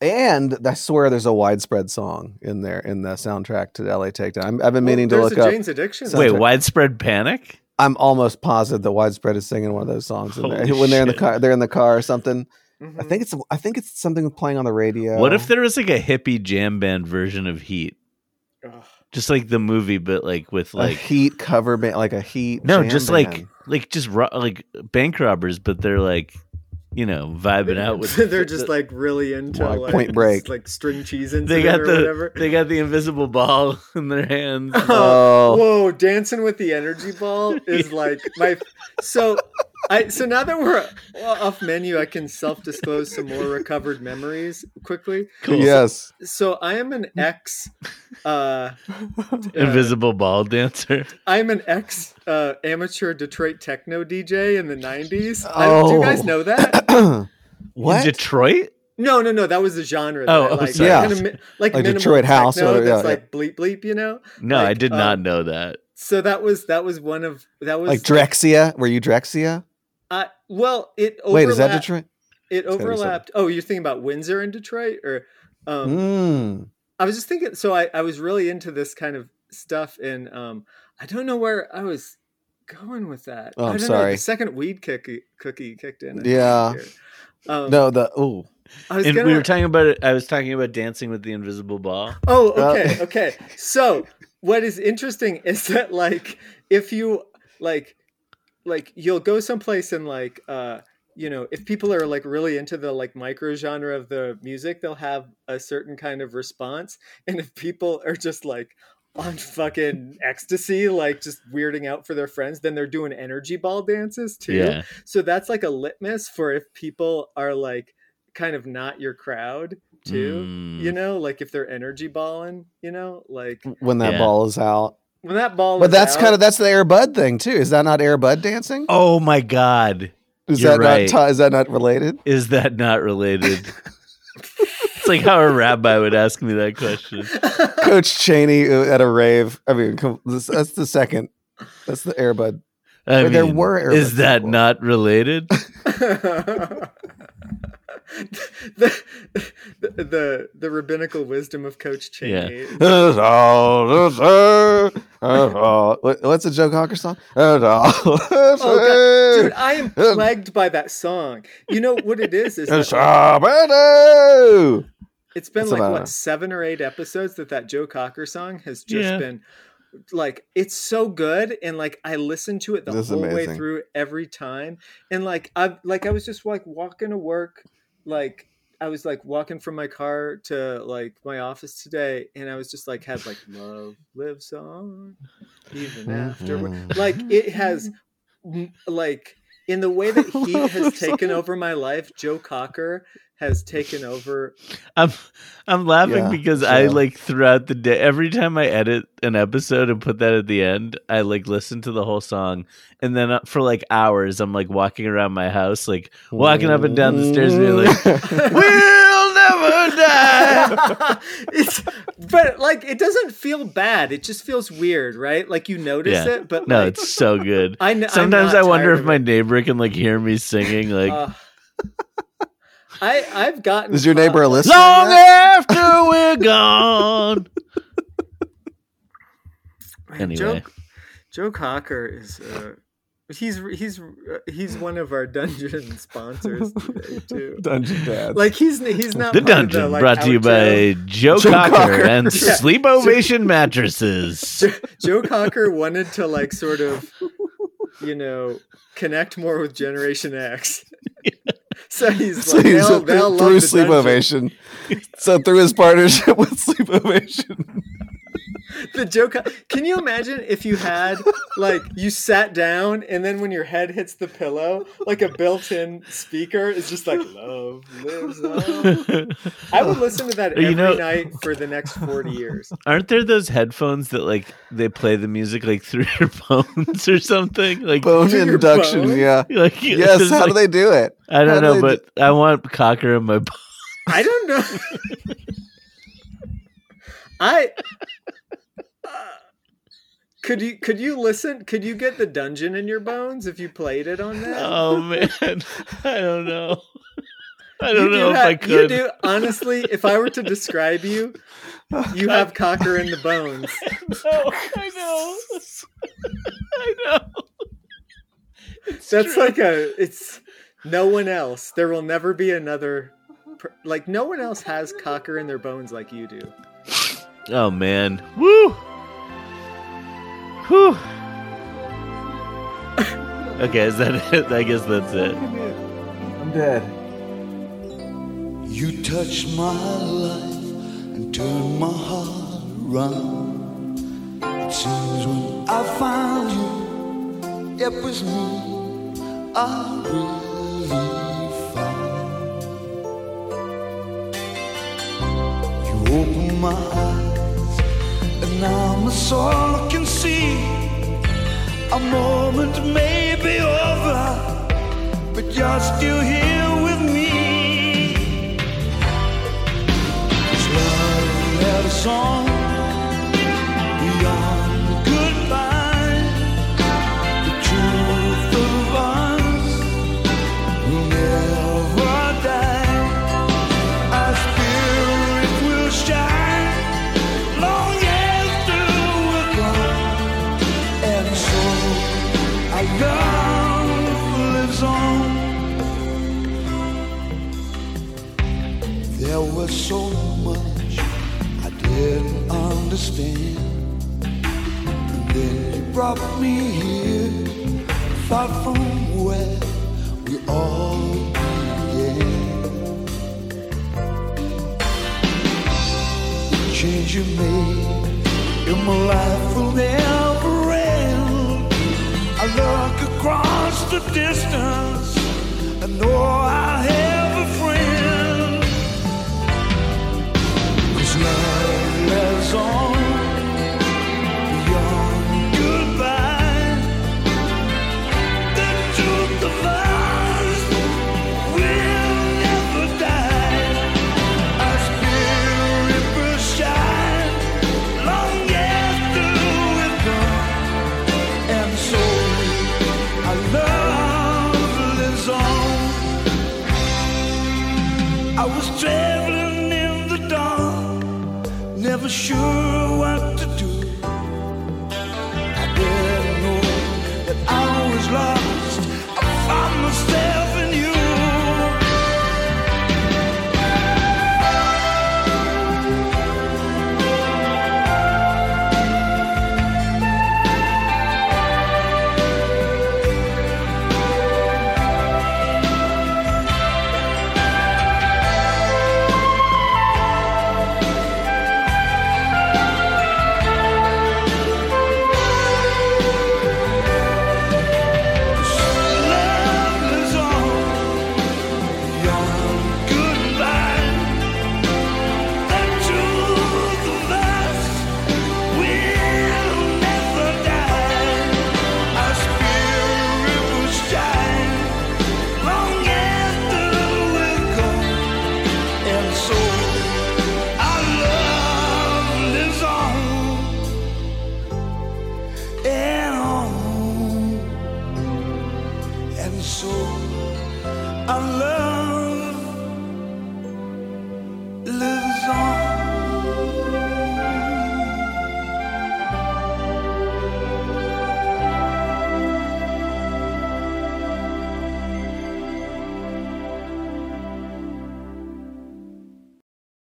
Speaker 2: and I swear there's a widespread song in there in the soundtrack to L.A. Takedown. I'm, I've been meaning
Speaker 3: Well,
Speaker 2: to
Speaker 3: Oh, there's
Speaker 2: look
Speaker 3: a
Speaker 2: up.
Speaker 3: Jane's Addiction.
Speaker 2: Sounds
Speaker 1: Wait,
Speaker 2: like-
Speaker 1: widespread panic?
Speaker 2: I'm almost positive that widespread is singing one of those songs in there.
Speaker 1: Holy
Speaker 2: when they're in the
Speaker 1: shit.
Speaker 2: car. They're in the car or something.
Speaker 3: Mhm.
Speaker 2: I think it's I think it's something playing on the radio.
Speaker 1: What if there was like a hippie jam band version of Heat?
Speaker 3: Ugh.
Speaker 1: Just like the movie, but like with
Speaker 2: a
Speaker 1: like
Speaker 2: Heat cover band, like a Heat?
Speaker 1: no,
Speaker 2: jam
Speaker 1: just like
Speaker 2: band?
Speaker 1: like just ro- like bank robbers, but they're like you know vibing out with.
Speaker 3: they're just like really into
Speaker 2: Like
Speaker 3: like,
Speaker 2: Point Break.
Speaker 3: like string cheese and
Speaker 1: they got
Speaker 3: or
Speaker 1: the
Speaker 3: whatever.
Speaker 1: they got the invisible ball in their hands.
Speaker 2: Oh.
Speaker 3: Whoa, dancing with the energy ball is like my so I so now that we're well, off menu, I can self disclose some more recovered memories quickly.
Speaker 1: Cool.
Speaker 2: yes,
Speaker 3: So I am an ex uh
Speaker 1: Invisible ball dancer.
Speaker 3: I'm an ex uh, amateur Detroit techno DJ in the 90s. I, do
Speaker 2: Oh.
Speaker 3: you guys know that?
Speaker 2: what?
Speaker 1: In Detroit?
Speaker 3: No, no, no. That was the genre. That
Speaker 1: Oh,
Speaker 3: I
Speaker 1: oh,
Speaker 3: liked.
Speaker 1: sorry.
Speaker 2: Yeah.
Speaker 3: Kinda mi- like,
Speaker 2: Like
Speaker 3: minimal
Speaker 2: Detroit house,
Speaker 3: techno
Speaker 2: whatever, yeah,
Speaker 3: that's
Speaker 2: yeah.
Speaker 3: like bleep bleep, you know.
Speaker 1: No, I
Speaker 3: Like,
Speaker 1: did not
Speaker 3: um,
Speaker 1: know that.
Speaker 3: So that was that was one of that was
Speaker 2: like Drexia? Were you Drexia?
Speaker 3: uh, well, it overlapped,
Speaker 2: Wait, is that Detroit?
Speaker 3: It
Speaker 2: gotta be something.
Speaker 3: overlapped. Oh, you're thinking about Windsor and Detroit, or um,
Speaker 2: Mm.
Speaker 3: I was just thinking. So I, I was really into this kind of stuff, and um, I don't know where I was going with that.
Speaker 2: Oh,
Speaker 3: I
Speaker 2: I'm
Speaker 3: don't know,
Speaker 2: sorry.
Speaker 3: the second weed cookie cookie kicked in. I think,
Speaker 2: Yeah.
Speaker 3: here. Um,
Speaker 2: No, the ooh.
Speaker 3: I was
Speaker 1: And
Speaker 3: gonna,
Speaker 1: we were talking about it. I was talking about dancing with the invisible ball.
Speaker 3: Oh,
Speaker 2: Uh,
Speaker 3: okay, okay. So what is interesting is that like if you like like you'll go someplace and like uh you know if people are like really into the like micro genre of the music they'll have a certain kind of response and if people are just like on fucking ecstasy like just weirding out for their friends then they're doing energy ball dances too
Speaker 1: Yeah.
Speaker 3: so that's like a litmus for if people are like kind of not your crowd too
Speaker 1: Mm.
Speaker 3: you know like if they're energy balling you know like
Speaker 2: When that
Speaker 1: Yeah.
Speaker 2: ball is out,
Speaker 3: when that ball
Speaker 2: Hmm. but
Speaker 3: is
Speaker 2: that's
Speaker 3: out-
Speaker 2: kind of that's the Air Bud thing too. Is that not Air Bud dancing?
Speaker 1: Oh my god.
Speaker 2: is
Speaker 1: you're
Speaker 2: that
Speaker 1: right.
Speaker 2: not ti- is that not related?
Speaker 1: Is that not related? it's like how a rabbi would ask me that question.
Speaker 2: Coach Cheney uh, at a rave. I mean, come, this, that's the second. That's the Air Bud.
Speaker 1: I
Speaker 2: Or there
Speaker 1: mean,
Speaker 2: were Air
Speaker 1: is
Speaker 2: Bud
Speaker 1: that
Speaker 2: sequels.
Speaker 1: not related?
Speaker 3: the, the, the the rabbinical wisdom of coach
Speaker 1: Yeah.
Speaker 3: cheney
Speaker 2: What- What's a Joe Cocker song?
Speaker 3: Oh, dude i am plagued by that song you know what it is is that, like,
Speaker 2: Shabbato.
Speaker 3: it's been
Speaker 2: That's
Speaker 3: like
Speaker 2: about
Speaker 3: what
Speaker 2: it.
Speaker 3: seven or eight episodes that that joe cocker song has just
Speaker 1: Yeah.
Speaker 3: been like it's so good and like i listened to it the
Speaker 2: This is
Speaker 3: whole way
Speaker 2: amazing.
Speaker 3: through every time and like i like i was just like walking to work like i was like walking from my car to like my office today and i was just like had like love lives
Speaker 2: Mm-hmm.
Speaker 3: on even after we're-" like it has m- like in the way that he has taken over my life, Joe Cocker has taken over.
Speaker 1: I'm I'm laughing
Speaker 2: Yeah,
Speaker 1: because I
Speaker 2: so-
Speaker 1: like throughout the day every time I edit an episode and put that at the end, I like listen to the whole song and then uh, for like hours I'm like walking around my house like walking up and down the stairs being like we'll never die.
Speaker 3: it's, but like it doesn't feel bad. It just feels weird, right? Like you notice
Speaker 1: Yeah.
Speaker 3: it, but
Speaker 1: No,
Speaker 3: like,
Speaker 1: it's so good.
Speaker 3: I kn- I'm
Speaker 1: Sometimes
Speaker 3: not
Speaker 1: I wonder
Speaker 3: tired
Speaker 1: if
Speaker 3: of
Speaker 1: my
Speaker 3: it.
Speaker 1: neighbor can like hear me singing like
Speaker 3: Uh, I I've gotten.
Speaker 2: Is your neighbor a
Speaker 3: caught-
Speaker 2: listener?
Speaker 1: long
Speaker 2: yet?
Speaker 1: after we're gone.
Speaker 3: Man,
Speaker 1: Anyway.
Speaker 3: Joe, Joe Cocker is. Uh, He's he's he's one of our dungeon sponsors today too.
Speaker 2: Dungeon dads.
Speaker 3: Like he's he's not
Speaker 1: The
Speaker 3: part of
Speaker 1: Dungeon,
Speaker 3: like,
Speaker 1: brought to you
Speaker 3: outro.
Speaker 1: by Joe,
Speaker 2: Joe
Speaker 1: Cocker,
Speaker 2: Cocker.
Speaker 1: and
Speaker 2: Yeah.
Speaker 1: Sleep Ovation Mattresses.
Speaker 3: Joe Cocker wanted to like sort of you know connect more with Generation X. so he's
Speaker 2: so
Speaker 3: like
Speaker 2: he's
Speaker 3: they'll,
Speaker 2: through,
Speaker 3: they'll love
Speaker 2: through
Speaker 3: the
Speaker 2: Sleep
Speaker 3: dungeon.
Speaker 2: Ovation. So through his partnership with Sleep Ovation,
Speaker 3: The Joe Co- Can you imagine if you had like you sat down and then when your head hits the pillow, like a built-in speaker is just like love lives on. I would listen to that
Speaker 1: You
Speaker 3: every
Speaker 1: know-
Speaker 3: night for the next 40 years.
Speaker 1: Aren't there those headphones that like they play the music like through your bones or something? Like,
Speaker 2: bone
Speaker 3: Through your
Speaker 2: induction.
Speaker 3: bone?
Speaker 2: Yeah.
Speaker 1: like
Speaker 2: Yes.
Speaker 1: it's
Speaker 2: How do
Speaker 1: like-
Speaker 2: they do it?
Speaker 1: I
Speaker 2: how
Speaker 1: don't
Speaker 2: do
Speaker 1: know,
Speaker 2: they
Speaker 1: but I want Cocker in my. bo-
Speaker 3: I don't know. I uh, could you could you listen? Could you get the dungeon in your bones if you played it on that?
Speaker 1: Oh man, I don't know. I
Speaker 3: You
Speaker 1: don't
Speaker 3: do
Speaker 1: know if
Speaker 3: ha-
Speaker 1: I could.
Speaker 3: You do honestly. If I were to describe you, you have cocker in the bones.
Speaker 1: No, I know. I know. It's
Speaker 3: That's
Speaker 1: true.
Speaker 3: like a. It's no one else. There will never be another. per- Like no one else has cocker in their bones like you do.
Speaker 1: Oh man. Woo. Whew. okay, is that it? I guess that's it.
Speaker 2: I'm dead.
Speaker 5: You touched my life and turned my heart around. It seems when I found you, it was me I really found. You opened my eyes, and now my soul I can see. A moment may be over, but you're still here with me. It's love that a song beyond goodbye. The truth of us will never die. Our spirit will shine long after we're gone. And so our love lives on. There was so much I didn't understand. And then you brought me here, far from where we all began. The change you made in my life will never end. I look across the distance, and know I have.